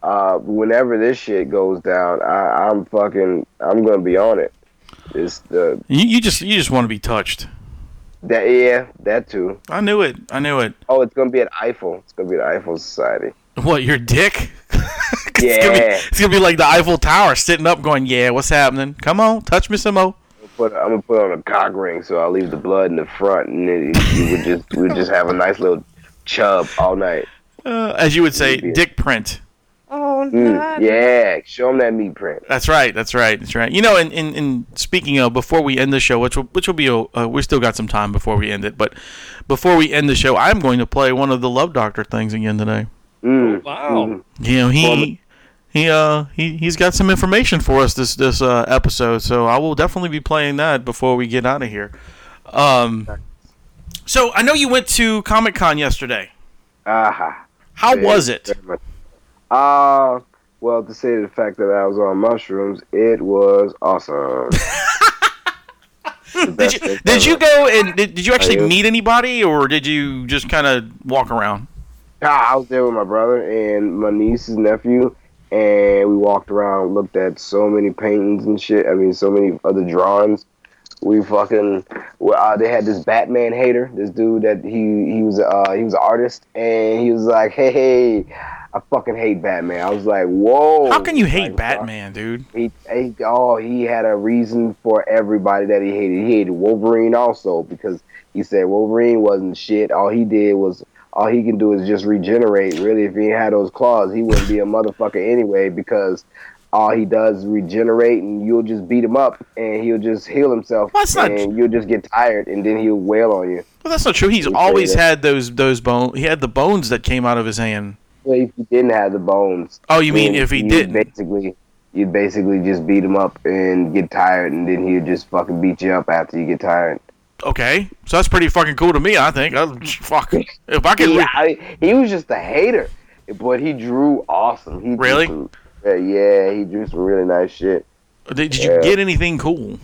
Uh, whenever this shit goes down, I, I'm fucking, I'm gonna be on it. It's the You, you just you just want to be touched. that yeah, that too. I knew it. I knew it. Oh, it's gonna be at Eiffel. It's gonna be at Eiffel Society. What your dick? It's gonna, be, Yeah, it's gonna be like the Eiffel Tower, sitting up, going, "Yeah, what's happening? Come on, touch me some more." but I'm gonna put on a cock ring, so I'll leave the blood in the front, and then we would just we would just have a nice little chub all night. Uh, as you would say, Maybe. dick print. Mm, yeah, show them that meat print. That's right. That's right. That's right. You know, and, and, and speaking of, before we end the show, which will, which will be, a, uh, we still got some time before we end it, but before we end the show, I'm going to play one of the Love Doctor things again today. Mm, wow. You know, he he uh he he's got some information for us this this uh, episode, so I will definitely be playing that before we get out of here. Um, so I know you went to Comic Con yesterday. aha. How was it? Uh, well, to say the fact that I was on mushrooms, it was awesome. Did you did you go and did, did you actually yeah. meet anybody, or did you just kind of walk around? Ah, I was there with my brother and my niece's nephew, and we walked around, looked at so many paintings and shit. I mean, so many other drawings. We fucking. Well, uh, they had this Batman hater, this dude that he he was uh he was an artist, and he was like, hey, hey, I fucking hate Batman. I was like, whoa. How can you hate Like, Batman, dude? he, he oh he had a reason for everybody that he hated. He hated Wolverine also because he said Wolverine wasn't shit. All he did was all he can do is just regenerate. Really, if he had those claws, he wouldn't be a motherfucker anyway because all he does is regenerate, and you'll just beat him up, and he'll just heal himself, Well, that's not- and you'll just get tired, and then he'll wail on you. Well, that's not true. He's Okay, always yeah. had those those bone. He had the bones that came out of his hand. Well, if you didn't have the bones, Oh, you mean then if he you'd didn't? Basically, you basically just beat him up and get tired, and then he'll just fucking beat you up after you get tired. Okay, so that's pretty fucking cool to me. I think. I, fuck. If I could, He, I- he was just a hater, but he drew awesome. He drew Really? some- yeah, yeah, he drew some really nice shit. did, did you Yeah. get anything cool?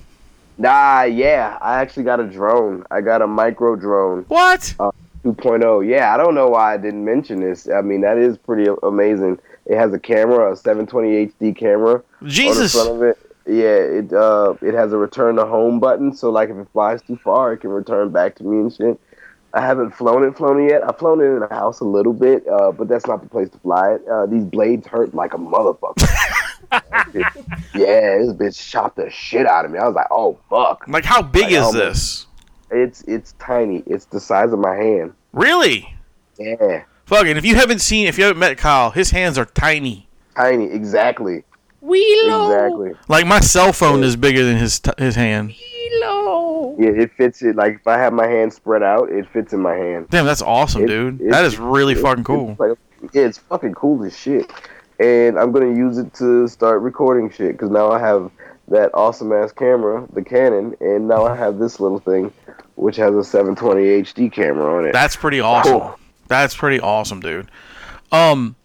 Nah, yeah, I actually got a drone. I got a micro drone What? 2.0. Yeah, I don't know why I didn't mention this. I mean, that is pretty amazing. It has a camera, a 720 HD camera. Jesus. on the front of it. Yeah, it uh, it has a return to home button, so like if it flies too far, it can return back to me and shit. I haven't flown it, flown it yet. I've flown it in the house a little bit, uh, but that's not the place to fly it. Uh, these blades hurt like a motherfucker. yeah, this bitch chopped the shit out of me. I was like, oh fuck. Like, how big I is almost- this? It's it's tiny. It's the size of my hand. Really? Yeah, Fucking. If you haven't seen, if you haven't met Kyle, his hands are tiny. tiny. Exactly. Exactly. Like my cell phone is bigger than his t- his hand. Yeah, it fits it. Like if I have my hand spread out, it fits in my hand. Damn, that's awesome, It- dude. it- that is really fucking cool. It's like, yeah, it's fucking cool as shit. And I'm gonna use it to start recording shit because now I have that awesome ass camera, the Canon, and now I have this little thing, which has a 720 HD camera on it. That's pretty awesome. Cool. That's pretty awesome, dude. Um,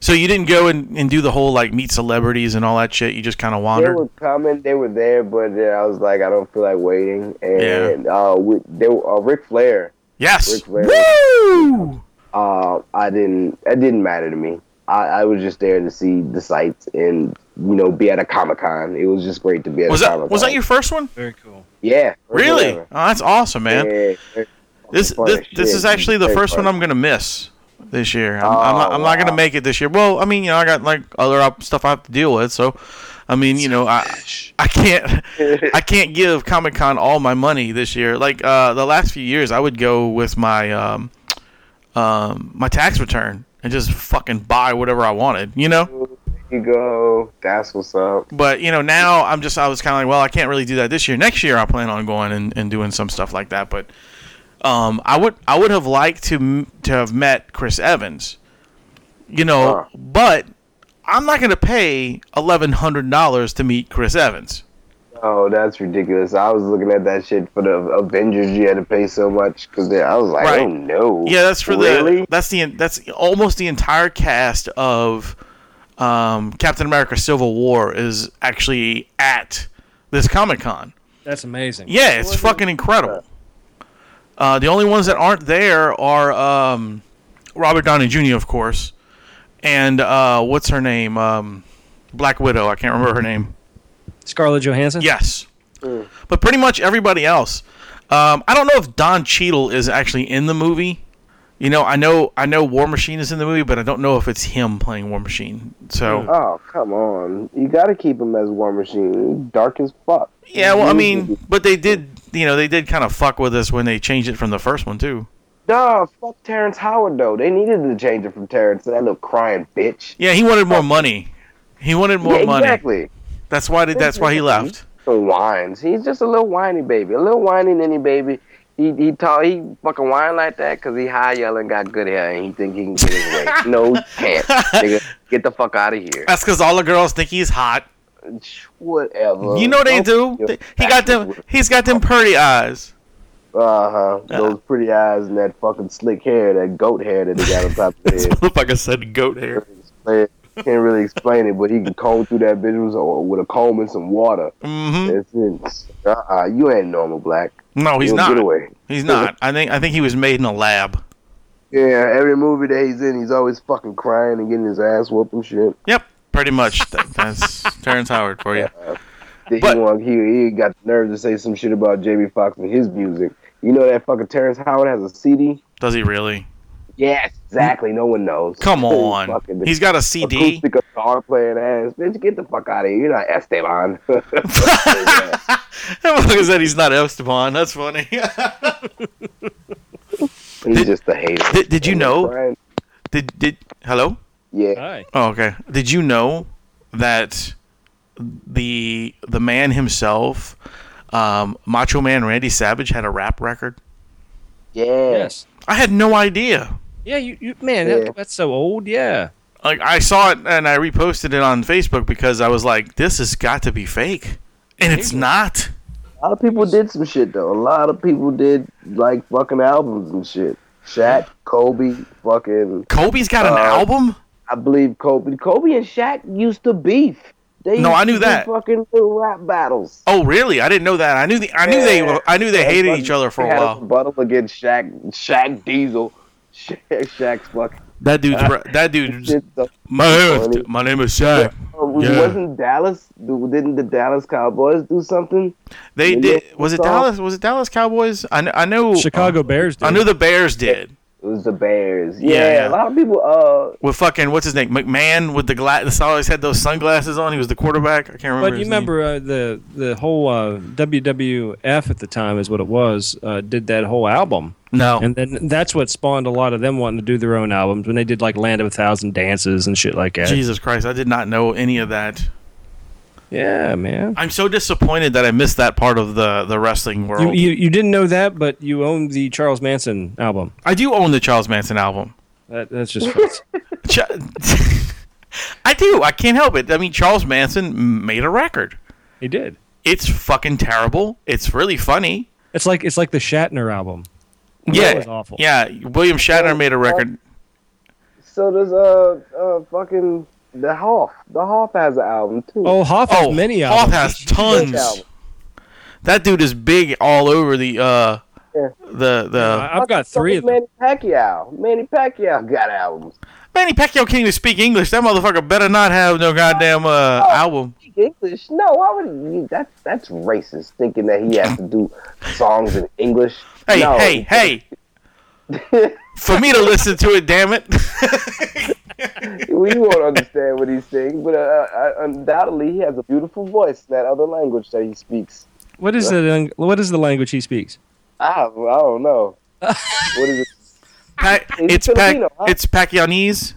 so you didn't go and, and do the whole like meet celebrities and all that shit. You just kind of they wandered. were coming, they were there, but then I was like, I don't feel like waiting. And uh, we, they were, uh, Ric Flair. yes. Ric Flair. Woo! uh, I didn't. It didn't matter to me. I, I was just there to see the sights and you know be at a comic con. It was just great to be at Was a comic con. that was that your first one? Very cool. Yeah. Really? Oh, whatever. that's awesome, man. Yeah, yeah. this Fucking this, funny this shit. is actually the Very first one funny. I'm gonna miss this year. I'm, I'm not, Oh, I'm not gonna wow. make it this year. Well, I mean, you know, I got like other op- stuff I have to deal with. So, I mean, you know, I I can't I can't give Comic Con all my money this year. Like uh, the last few years, I would go with my um, um, my tax return and just fucking buy whatever I wanted. You know. You go. That's what's up. But you know, now I'm just I was kind of like, well, I can't really do that this year. Next year, I plan on going and, and doing some stuff like that. But um, I would I would have liked to m- to have met Chris Evans, you know. Huh. But I'm not going to pay eleven hundred dollars to meet Chris Evans. Oh, that's ridiculous. I was looking at that shit for the Avengers. You had to pay so much because I was like, Right. oh no. Yeah, that's for really? the that's the that's almost the entire cast of um, Captain America: Civil War is actually at this Comic Con. That's amazing. Yeah, it's fucking incredible. Uh, the only ones that aren't there are um, Robert Downey Jr. of course, and uh, what's her name? Um, Black Widow. I can't remember her name. Scarlett Johansson. Yes, but pretty much everybody else. Um, I don't know if Don Cheadle is actually in the movie. You know, I know I know War Machine is in the movie, but I don't know if it's him playing War Machine. So Oh come on! You gotta keep him as War Machine. Dark as fuck. yeah, well, I mean, but they did, you know, they did kind of fuck with us when they changed it from the first one too. Nah, fuck Terrence Howard though. They needed to change it from Terrence to that little crying bitch. Yeah, he wanted more money. He wanted more Oh. Yeah, money. exactly. That's why that's why he left. Some whines. He's just a little whiny baby, a little whiny ninny baby. He he talk, he fucking whine like that because he high yelling, got good hair, and he think he can get his way. no, he can't. Nigga, get the fuck out of here. That's because all the girls think he's hot. Whatever. you know they do. They- He got them. He's got them pretty eyes. Uh huh. Those pretty eyes and that fucking slick hair, that goat hair that they got on top of This their motherfucker said goat hair. head. Can't really explain it, but he can comb through that bitch with a- with a comb and some water. hmm It's, it's, uh-uh, you ain't normal, black. No, he's You don't Get not. away. He's not. I think. I think he was made in a lab. Yeah, every movie that he's in, he's always fucking crying and getting his ass whooped and shit. Yep. Pretty much. That- That's Terrence Howard for you. Then But- he, want, he, he got the nerve to say some shit about Jamie Foxx and his music. You know that fucking Terrence Howard has a CD? Does he really? Yes, exactly. No one knows. Come Fucking on. He's got E a CD. Acoustic guitar playing ass. Bitch, get the fuck out of here. You're not Esteban. that motherfucker said he's not Esteban. That's funny. he's just a hater. did, did you And know? Brian- Did did hello? Yeah. Hi. Oh, okay. Did you know that the the man himself, um, Macho Man Randy Savage, had a rap record. Yeah. Yes. I had no idea. Yeah, you, you man, Yeah. That, that's so old. Yeah. Like I saw it and I reposted it on Facebook because I was like, "This has got to be fake," and it's not. A lot of people did some shit though. A lot of people did like fucking albums and shit. Shaq, Kobe, fucking. Kobe's got an Uh, album. I believe Kobe. Kobe and Shaq used to beef. They No, used I knew to do that. Fucking little rap battles. Oh, really? I didn't know that. I knew the, I knew they Yeah. were- I knew they hated Fucking- each other for they a had while. Battle against Shaq, Shaq Diesel, Shaq, Shaq's fucking. That dude's ra- that dude's shit, though. my Uh, funny. my name is Shaq. Uh, Yeah. Wasn't Dallas? Didn't the Dallas Cowboys do something? They Yeah. did. Was it Well- Dallas? Was it Dallas Cowboys? I kn- I know Chicago Bears. Did. I knew the Bears did. It was the Bears. Yeah, Yeah, yeah. a lot of people. Uh, With fucking what's his name McMahon with the glass. That's always had those sunglasses on. He was the quarterback. I can't remember. But you his remember uh, the the whole uh, WWF at the time is what it was. Uh, did that whole album, name. No. and then that's what spawned a lot of them wanting to do their own albums when they did like Land of a Thousand Dances and shit like that. Jesus Christ! I did not know any of that. Yeah, man. I'm so disappointed that I missed that part of the the wrestling You, world. you you didn't know that, but you owned the Charles Manson album. I do own the Charles Manson album. That, that's just facts. Ch- I do. I can't help it. I mean, Charles Manson made a record. he did. It's fucking terrible. It's really funny. It's like it's like the Shatner album. yeah, was awful. yeah. William Shatner made a record. so does uh, uh, fucking the Hoff. The Hoff has an album too. Oh, Hoff has Oh, many Hoff albums. has Huge tons. album. That dude is big all over the uh, Yeah. the the. I- I've got three of them. Manny Pacquiao. Manny Pacquiao got albums. Manny Pacquiao can't even speak English. That motherfucker better not have no goddamn Oh. uh, album. English? No, why would he? That's that's racist. Thinking that he has to do songs in English. Hey, No. hey, hey. For me to listen to it, damn it. We won't understand what he's saying, but uh, uh, undoubtedly he has a beautiful voice. in That other language that he speaks. What is the lang- what is the language he speaks? I, I don't know. what is it? Pa- it's Pac- Filipino, huh? it's Pacquiaonese.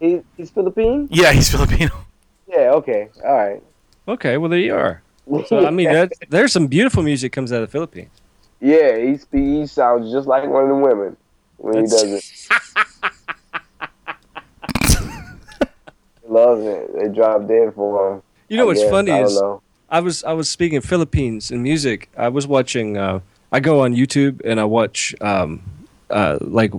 He, he's Philippine. Yeah, he's Filipino. Yeah. Okay. All right. Okay, well there you are. So I mean, that, there's some beautiful music comes out of the Philippines. Yeah, he spe- he sounds just like one of the women when he That's- does it. he loves it. They drop dead for him. You know I what's guess. funny I don't is know. I was I was speaking of Philippines and music. I was watching. Uh, I go on YouTube and I watch. Um, uh, like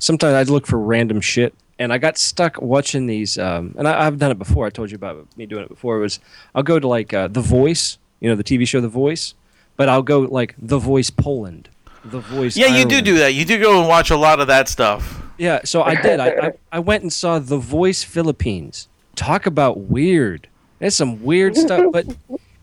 sometimes I look for random shit, and I got stuck watching these. Um, and I, I've done it before. I told you about me doing it before. It was I'll go to like uh, The Voice, you know, the TV show The Voice, but I'll go like The Voice Poland, The Voice. Yeah, you do Ireland. do that. You do go and watch a lot of that stuff. Yeah, so I did. I, I, I went and saw The Voice Philippines. Talk about weird. There's some weird stuff, but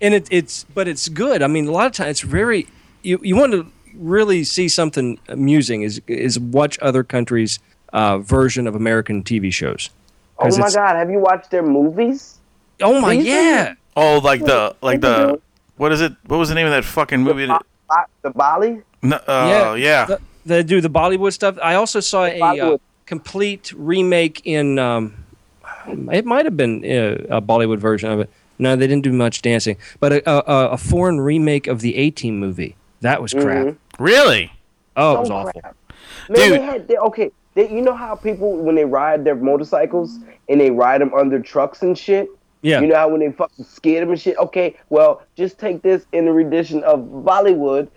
and it, it's but it's good. I mean, a lot of times it's very you, you want to really see something amusing is is watch other countries' uh, version of American TV shows. Oh 'Cause my it's- god, have you watched their movies? Oh my These are- yeah! Oh, like the like the what is it? What was the name of that fucking movie? that- Bo- The Bali? No, uh, yeah. The, they do the Bollywood stuff. I also saw a uh, Bollywood. complete remake in. Um, it might have been uh, a Bollywood version of it. No, they didn't do much dancing, but a, a, a foreign remake of the A Team movie. That was crap. Really? Oh, it was Oh, awful. Mm-hmm. crap. Man, Dude. they had they, okay. They, you know how people when they ride their motorcycles and they ride them under trucks and shit. Yeah. You know how when they fucking scare them and shit. Okay, well, just take this in the rendition of Bollywood.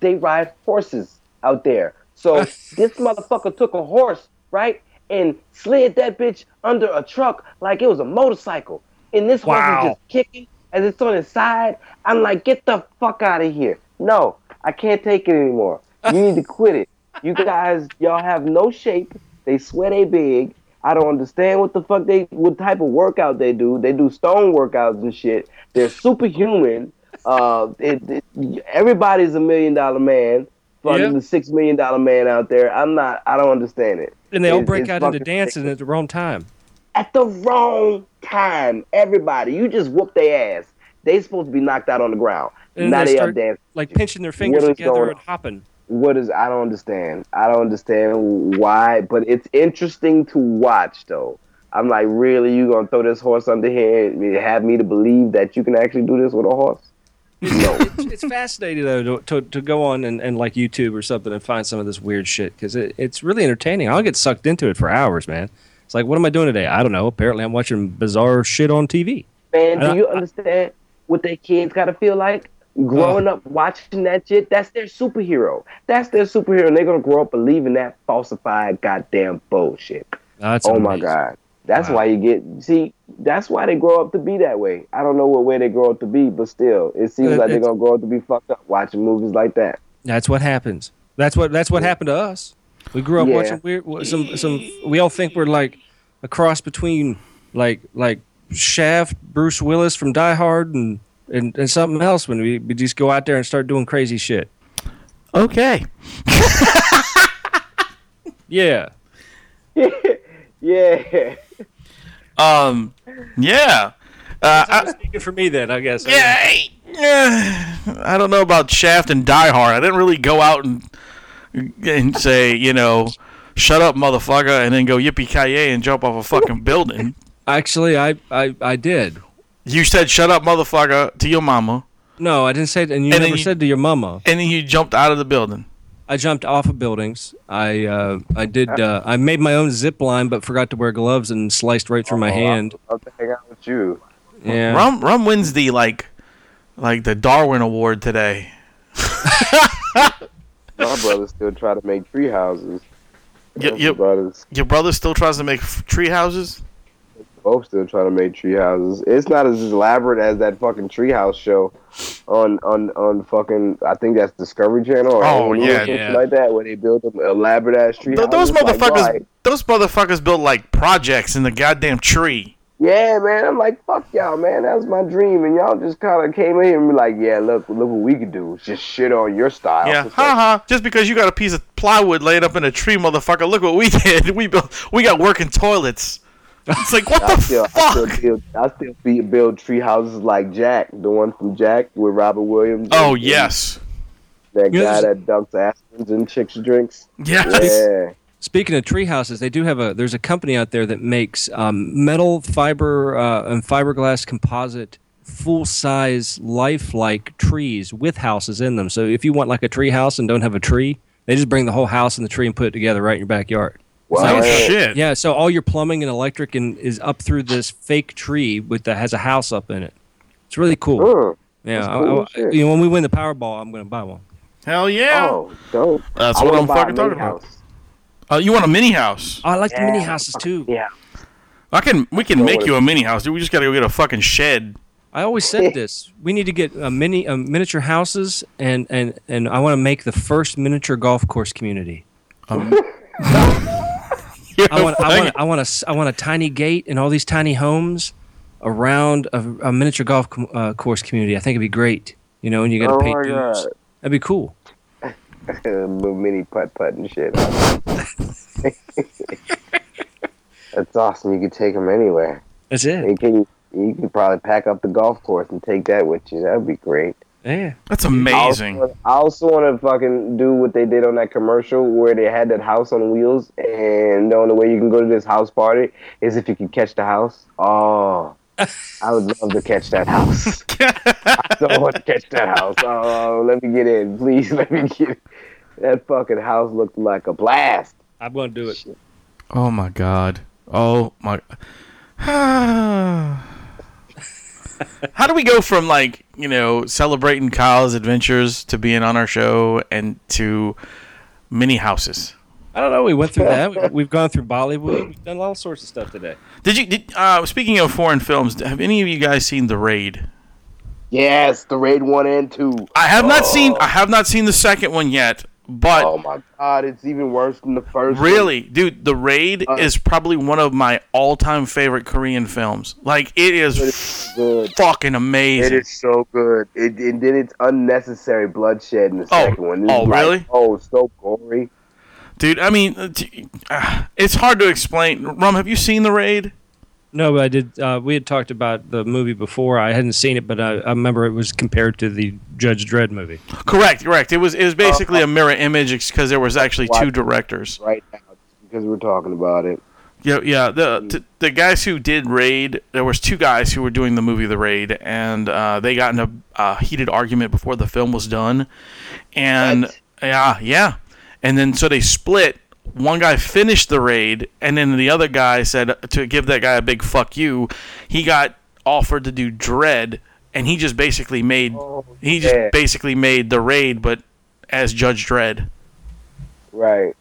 They ride horses out there. So this motherfucker took a horse, right, and slid that bitch under a truck like it was a motorcycle. And this horse Wow. is just kicking as it's on its side. I'm like, get the fuck out of here. No, I can't take it anymore. You need to quit it. You guys, y'all have no shape. They sweat they big. I don't understand what the fuck they, what type of workout they do. They do stone workouts and shit. They're superhuman. Uh, it, it- everybody's a million dollar man. Fucking Yeah. the six million dollar man out there. I'm not. I don't understand it. And they all It's- break it's out into fucking dancing at the wrong time. at the wrong time. Everybody, you just whoop their ass. They supposed to be knocked out on the ground. And now they they start up dancing. like pinching their fingers What is together going and on? hopping. What is? I don't understand. I don't understand why, but it's interesting to watch though. I'm like, really, you gonna throw this horse under here and have me to believe that you can actually do this with a horse? No. it's fascinating though to, to, to go on and, and like YouTube or something and find some of this weird shit because it, it's really entertaining. I'll get sucked into it for hours, man. It's like, what am I doing today? I don't know. Apparently, I'm watching bizarre shit on TV. Man, And I- do you understand what their kids gotta feel like? Growing up watching that shit, that's their superhero. That's their superhero. And they're gonna grow up believing that falsified goddamn bullshit. That's oh my amazing. god. That's Wow. why you get see, that's why they grow up to be that way. I don't know what way they grow up to be, but still, it seems It- like they're it's- gonna grow up to be fucked up watching movies like that. That's what happens. That's what that's what happened to us. We grew up Yeah. watching weird wa- some some. We all think we're like a cross between like like Shaft, Bruce Willis from Die Hard, and and, and something else. When we, we just go out there and start doing crazy shit. Okay. Yeah. Yeah. Um. Yeah. Uh, I- Speaking for me, then I guess. yeah. I- yeah. I don't know about Shaft and Die Hard. I didn't really go out and and say, you know, shut up, motherfucker, and then go yippee ki yay and jump off a fucking building. Actually, I I, I did. You said, "Shut up, motherfucker," to your mama, No, I didn't say it, and you And then never you- said to your mama. and then you jumped out of the building. I jumped off of buildings. I uh, I did. Uh, I made my own zip line, but forgot to wear gloves and sliced right through Oh, my hand. I'll have to hang out with you. Yeah. Rum Rum wins the like, like the Darwin Award today. My brothers still try to make tree houses. Your, My your, brothers your brother still tries to make f- tree houses. both still trying to make tree houses. It's not as elaborate as that fucking treehouse show on on on fucking. I think that's Discovery Channel. Or Oh, Hulu or yeah, something yeah. like that where they build them elaborate ass tree Th- those houses. Like, motherfuckers, why? those motherfuckers built like projects in the goddamn tree. yeah, man. I'm like, fuck y'all, man. That was my dream, and y'all just kind of came in here and be like, yeah, look, look what we could do. Just shit on your style. Yeah, It's like, haha. Just because you got a piece of plywood laid up in a tree, motherfucker. Look what we did. We built. We got working toilets. It's like what I the still, I still, fuck? build, I still be, build tree houses like Jack, the one from Jack with Robert Williams. Oh and- yes, that Yeah, guy there's- that dumps aspirins in chicks' drinks. yes. Yeah. Speaking of tree houses, they do have a. There's a company out there that makes um, metal fiber uh, and fiberglass composite full size lifelike trees with houses in them. So if you want like a tree house and don't have a tree, they just bring the whole house and the tree and put it together right in your backyard. Oh Wow. shit. Yeah, so all your plumbing and electric and is up through this fake tree with that has a house up in it. It's really cool. Mm. yeah, I- cool I- shit. you know, when we win the Powerball, I'm going to buy one. Hell yeah. Oh, dope. That's I what wanna I'm buy a fucking mini talking about. house. Uh, you want a mini house? Oh, I like the mini Yeah. houses too. Yeah. I can. We can Throw make it. you a mini house, dude. We just gotta go get a fucking shed. I always said this. We need to get a mini a miniature houses and and and I want to make the first miniature golf course community. I want I want I want a s- I want a tiny gate and all these tiny homes around a, a miniature golf com- uh, course community. I think it'd be great. You know, and you got to Oh paint my dudes. God. That'd be cool. Little mini putt putt and shit. That's awesome. You could take them anywhere. That's it. You can you could probably pack up the golf course and take that with you. That would be great. Yeah. That's I amazing. also- I also want to fucking do what they did on that commercial where they had that house on wheels, and the only way you can go to this house party is if you can catch the house. Oh, I would love to catch that house. I so want to catch that house. Oh, let me get in, please. Let me get. In. That fucking house looked like a blast. I'm gonna do it. Oh my god. Oh my. How do we go from like you know celebrating Kyle's adventures to being on our show and to mini houses? I don't know. We went through that. We- We've gone through Bollywood. We've done all sorts of stuff today. Did you? Did, uh, speaking of foreign films, have any of you guys seen The Raid? Yes, the raid one and two. I have not seen. I have not seen the second one yet. But Oh my god, it's even worse than the first. one. Really, dude, The Raid Uh, is probably one of my all-time favorite Korean films. Like it is good. fucking It amazing. is so good. It, and then it's unnecessary bloodshed in the Oh, second one. It's oh, like, really? Oh, it's so gory. Dude, I mean, uh, t- uh, it's hard to explain. Rum, have you seen The Raid? No, but I did. Uh, we had talked about the movie before. I hadn't seen it, but I, I remember it was compared to the Judge Dredd movie. Correct, correct. It was it was basically a mirror image because there was actually Why- two directors. Right now, just because we're talking about it. Yeah, yeah. Mm-hmm. The, t- the guys who did Raid, there was two guys who were doing the movie The Raid, and uh, they got in a, a heated argument before the film was done, and What? yeah, yeah. And then so they split. One guy finished the raid, and then the other guy said to give that guy a big fuck you. He got offered to do Dread, and he just basically made he just Oh, yeah. basically made the raid, but as Judge Dredd. Right.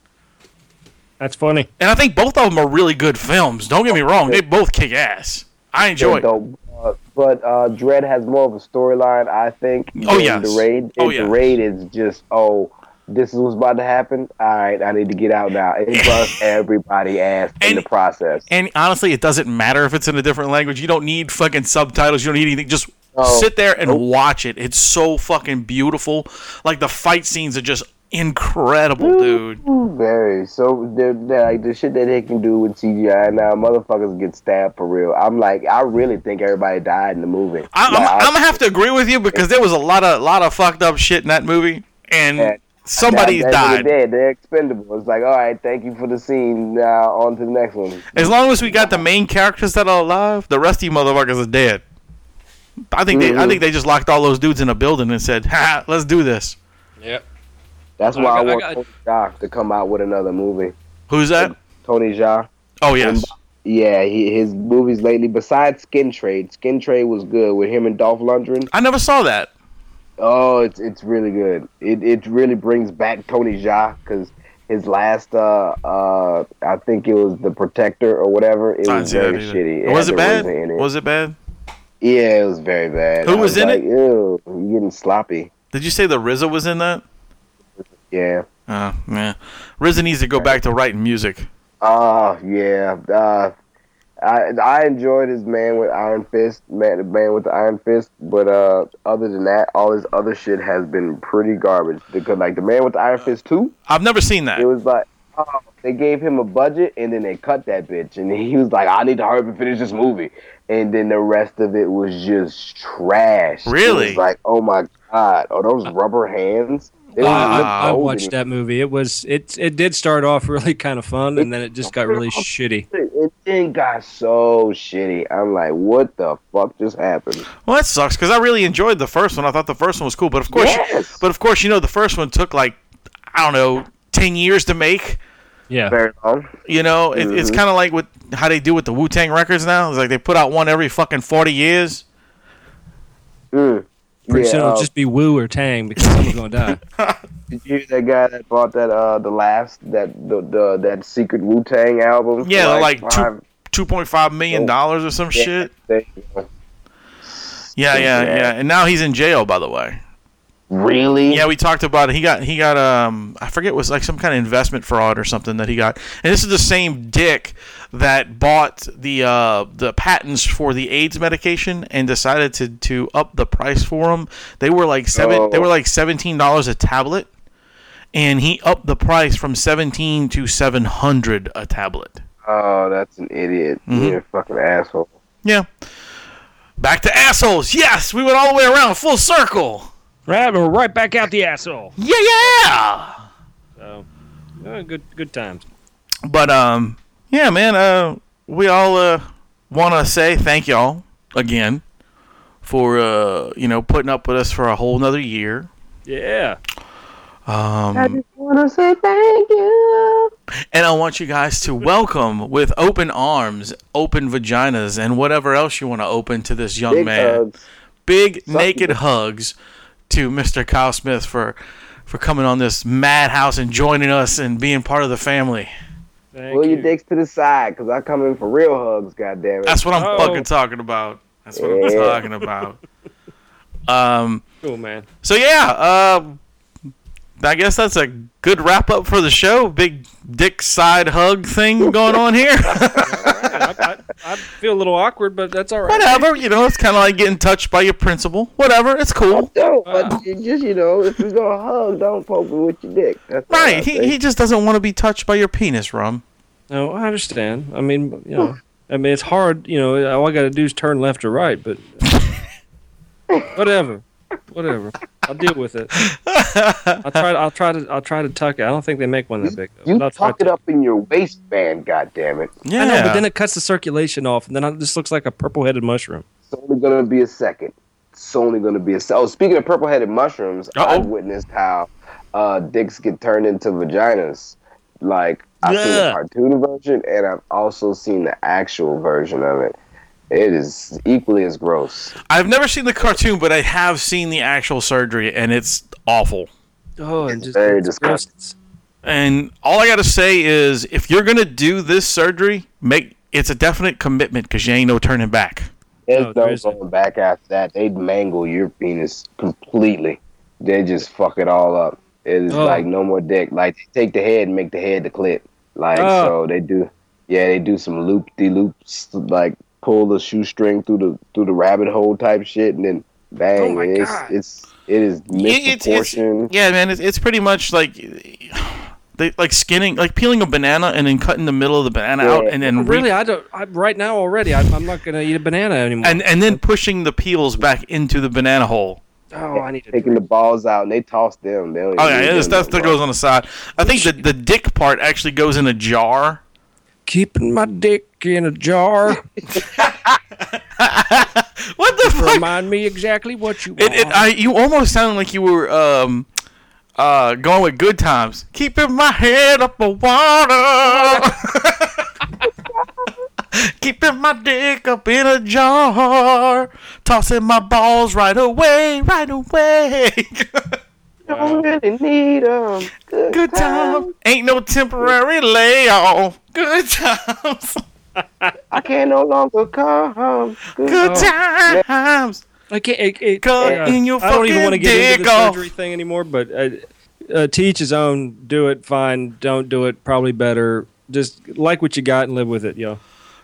That's funny. And I think both of them are really good films. Don't get me wrong; they both kick ass. I enjoy. it. Though, uh, but uh, Dread has more of a storyline, I think. Oh, than yes. The raid. Oh, If yes. The raid is just oh, this is what's about to happen. All right, I need to get out now. It busts everybody ass And- in the process. And honestly, it doesn't matter if it's in a different language. You don't need fucking subtitles. You don't need anything. Just No. sit there and watch it. It's so fucking beautiful. Like the fight scenes are just incredible, dude. Very so they're, they're like the shit that they can do with CGI now. Motherfuckers get stabbed for real. I'm like, I really think everybody died in the movie. I, I'm, Like, I- I'm gonna have to agree with you because there was a lot of lot of fucked up shit in that movie, Yeah. and somebody at the end died. of the day, they're expendable. It's like, all right, thank you for the scene. Now on to the next one. As long as we got the main characters that are alive, the rest of you motherfuckers are dead. I think they I think they just locked all those dudes in a building and said, ha, let's do this. Yep. That's why I I, got- I want got- Tony Jaa to come out with another movie. Who's that? Tony Jaa. Oh yes. Yeah, he, his movies lately, besides Skin Trade, Skin Trade was good with him and Dolph Lundgren. I never saw that. Oh, it's it's really good. It it really brings back Tony Jaa because his last uh uh I think it was The Protector or whatever. It I didn't was see that very either. shitty. was had it the bad? RZA in it. Was it bad? yeah, it was very bad. Who I was in like, it? Ew, you getting sloppy. Did you say the RZA was in that? Yeah. Uh, yeah. RZA needs to go back to writing music. Oh, yeah. Uh, I I enjoyed his man with Iron Fist, man, the man with the Iron Fist. But uh, other than that, all his other shit has been pretty garbage. Because like the man with the Iron Fist two, I've never seen that. it was like. Oh, they gave him a budget and then they cut that bitch and he was like, "I need to hurry up and finish this movie." And then the rest of it was just trash. It Really? was like, oh my god, are those rubber hands? They don't even look I, I old watched anymore. that movie. It was it it did start off really kind of fun, and then it just got really shitty. It then got so shitty. I'm like, what the fuck just happened? Well, that sucks because I really enjoyed the first one. I thought the first one was cool, but of course, Yes. but of course, you know, the first one took like I don't know, ten years to make. Yeah, Very long. You know, it, it's kind of like with how they do with the Wu Tang records now. It's like they put out one every fucking forty years. Mm. pretty soon uh, it'll just be Woo or Tang because someone's gonna die. did you hear that guy that bought that uh the last that the, the that secret Wu Tang album? for, Yeah, they're like five- two two point five million dollars or some yeah, shit. they- Yeah, yeah, Yeah. yeah. And now he's in jail, by the way. Really? Yeah, we talked about it. He got he got um I forget it was like some kind of investment fraud or something that he got. And this is the same dick that bought the uh the patents for the AIDS medication and decided to to up the price for them. They were like seven Oh. they were like seventeen dollars a tablet, and he upped the price from seventeen to seven hundred a tablet. Oh, that's an idiot. Mm-hmm. You're a fucking asshole. Yeah. Back to assholes. Yes, we went all the way around, full circle. right, we're right back out the asshole. Yeah, yeah. Uh, good good times. But um, yeah, man. Uh, we all uh want to say thank y'all again for uh you know putting up with us for a whole nother year. Yeah. Um, wanna say thank you. and I want you guys to welcome with open arms, open vaginas, and whatever else you want to open to this young Big Oh, man. hugs. Big naked hugs to Mr. Kyle Smith for for coming on this madhouse and joining us and being part of the family. Thank Pull your you. dicks to the side, cause I come in for real hugs. Goddamn it. That's what I'm Oh. fucking talking about. That's what I'm Yeah. talking about. Um. Cool man. So yeah, um, I guess that's a good wrap up for the show. Big dick side hug thing going on here. I, I, I feel a little awkward, but that's all right. Whatever, you know, it's kind of like getting touched by your principal. Whatever, it's cool. Don't, but you just you know, if you're gonna hug, don't poke me with your dick. That's all I Right? He, say. he just doesn't want to be touched by your penis, Rum. No, I understand. I mean, you know, I mean, it's hard. You know, all I got to do is turn left or right, but whatever. Whatever. I'll deal with it. I'll try. I'll try to. I'll try to tuck it. I don't think they make one that big. Though, You but I'll try tuck it to- up in your waistband, goddammit. Yeah, I know, but then it cuts the circulation off, and then it just looks like a purple-headed mushroom. It's only gonna be a second. It's only gonna be a second. Oh, speaking of purple-headed mushrooms, Uh-oh. I've witnessed how uh, dicks get turned into vaginas. Like I've seen the Yeah. cartoon version, and I've also seen the actual version of it. It is equally as gross. I've never seen the cartoon, but I have seen the actual surgery, and it's awful. Oh, and just very it's disgusting. gross. And all I gotta say is, if you're gonna do this surgery, make it's a definite commitment because you ain't no turning back. There's Oh, No, no there isn't. going back after that. They'd mangle your penis completely. They just fuck it all up. It is Oh. like no more dick. Like they take the head and make the head the clip. Like Oh. so they do. Yeah, they do some loop de loops. Like pull the shoestring through the through the rabbit hole type shit, and then bang. Oh my it's, God. it's it is It's- it's- misproportioned. yeah, man, it's, it's pretty much like they like skinning, like peeling a banana and then cutting the middle of the banana out, Yeah. and then re- Really, I don't. I, right now, already, I, I'm not gonna eat a banana anymore. and and then pushing the peels back into the banana hole. oh, I need to. Taking the balls out and they toss them. They don't Oh even yeah, need it's- them that's no that more. goes on the side. I think the the dick part actually goes in a jar. Keeping my dick in a jar. What the fuck? Remind me exactly what you It, want. it, Uh-huh. I, you almost sounded like you were um, uh, going with good times. Keeping my head up the water. Keeping my dick up in a jar. Tossing my balls right away, right away. Don't really need 'em. Good, good time. Ain't no temporary layoff. Good times. I can no longer come. Good time. times. I can't. It, it, Cut yeah. in your I don't even fucking wanna get into dick the off. surgery thing anymore. But uh, uh, teach his own. Do it fine. Don't do it. Probably better. Just like what you got and live with it, yo.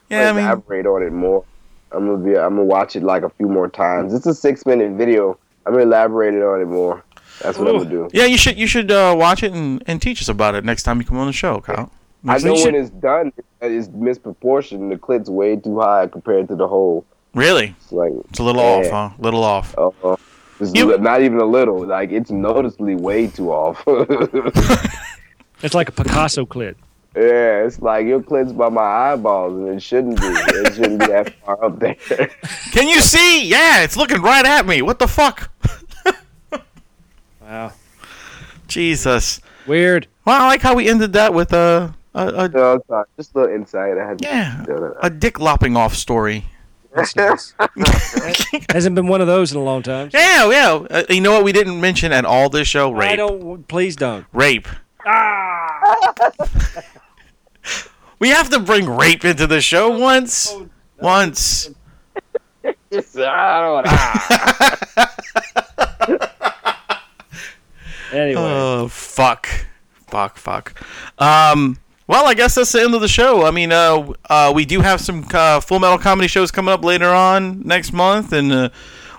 Yeah, I like, mean, elaborate on it more. I'm gonna be. I'm gonna watch it like a few more times. It's a six minute video. I'm gonna elaborate on it more. That's what I'm gonna do. yeah. You should you should uh, watch it and, and teach us about it next time you come on the show, Kyle. I know you when should- it's done, it's misproportioned. The clip's way too high compared to the whole. Really? It's like, It's a little Yeah. off, huh? Little off. uh, it's You- not even a little. Like it's noticeably way too off. It's like a Picasso clip. yeah, it's like your clip's by my eyeballs, and it shouldn't be. It shouldn't be that far up there. Can you see? Yeah, it's looking right at me. What the fuck? Wow. Jesus. Weird. Well, I like how we ended that with a a, a, no, I'm sorry. Just a little insight. I had to Yeah. throw that out. a dick lopping off story. That's nice. Hasn't been one of those in a long time. Yeah, yeah. Uh, you know what we didn't mention at all this show? Rape. I don't. Ah! Please don't. Rape. we have to bring rape into the show once. Oh, Once. Anyway. Oh fuck, fuck, fuck. Um, well, I guess that's the end of the show. I mean, uh, uh, we do have some uh, Full Metal comedy shows coming up later on next month, and uh,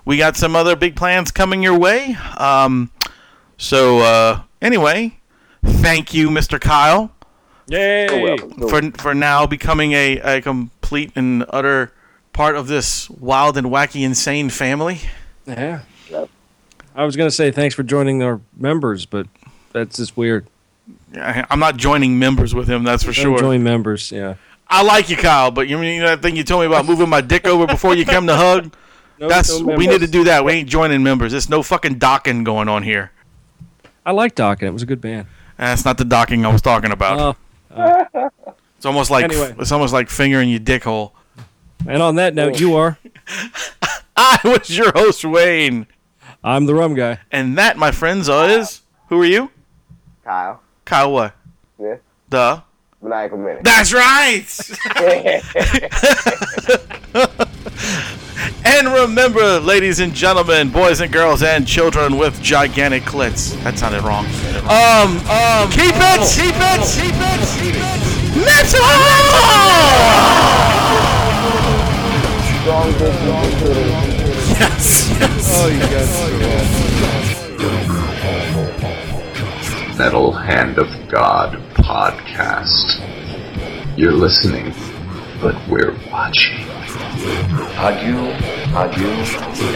we got some other big plans coming your way. Um, so uh, anyway, thank you, Mr. Kyle, oh, Yay. for for now becoming a, a complete and utter part of this wild and wacky, insane family. Yeah. I was gonna say thanks for joining our members, but that's just weird. I, I'm not joining members with him, that's for Don't sure. Join members. Yeah. I like you, Kyle, but you mean that thing you told me about moving my dick over before you come to hug? No, That's no we members. need to do that. We ain't joining members. There's no fucking docking going on here. I like Docking. It was a good band. That's not the docking I was talking about. Oh. it's almost like Anyway. it's almost like fingering your dick hole. And on that note, you are. I was your host, Wayne, I'm the rum guy. and that, my friends, uh, is who are you, Kyle. Kyle? What Yeah. the? Maniacal minute. That's right. and remember, ladies and gentlemen, boys and girls, and children with gigantic clits. That sounded wrong. Um, um, keep it, keep it, keep it, keep it. Metal! Strong dick, strong titties. Yes, yes. Metal Hand of God podcast. You're listening, but we're watching. Adieu, adieu,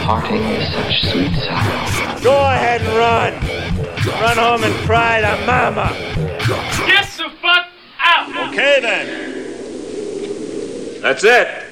parting is such sweet sorrow. ahead and run. Run home and cry to mama. Get the fuck out! Okay then. That's it.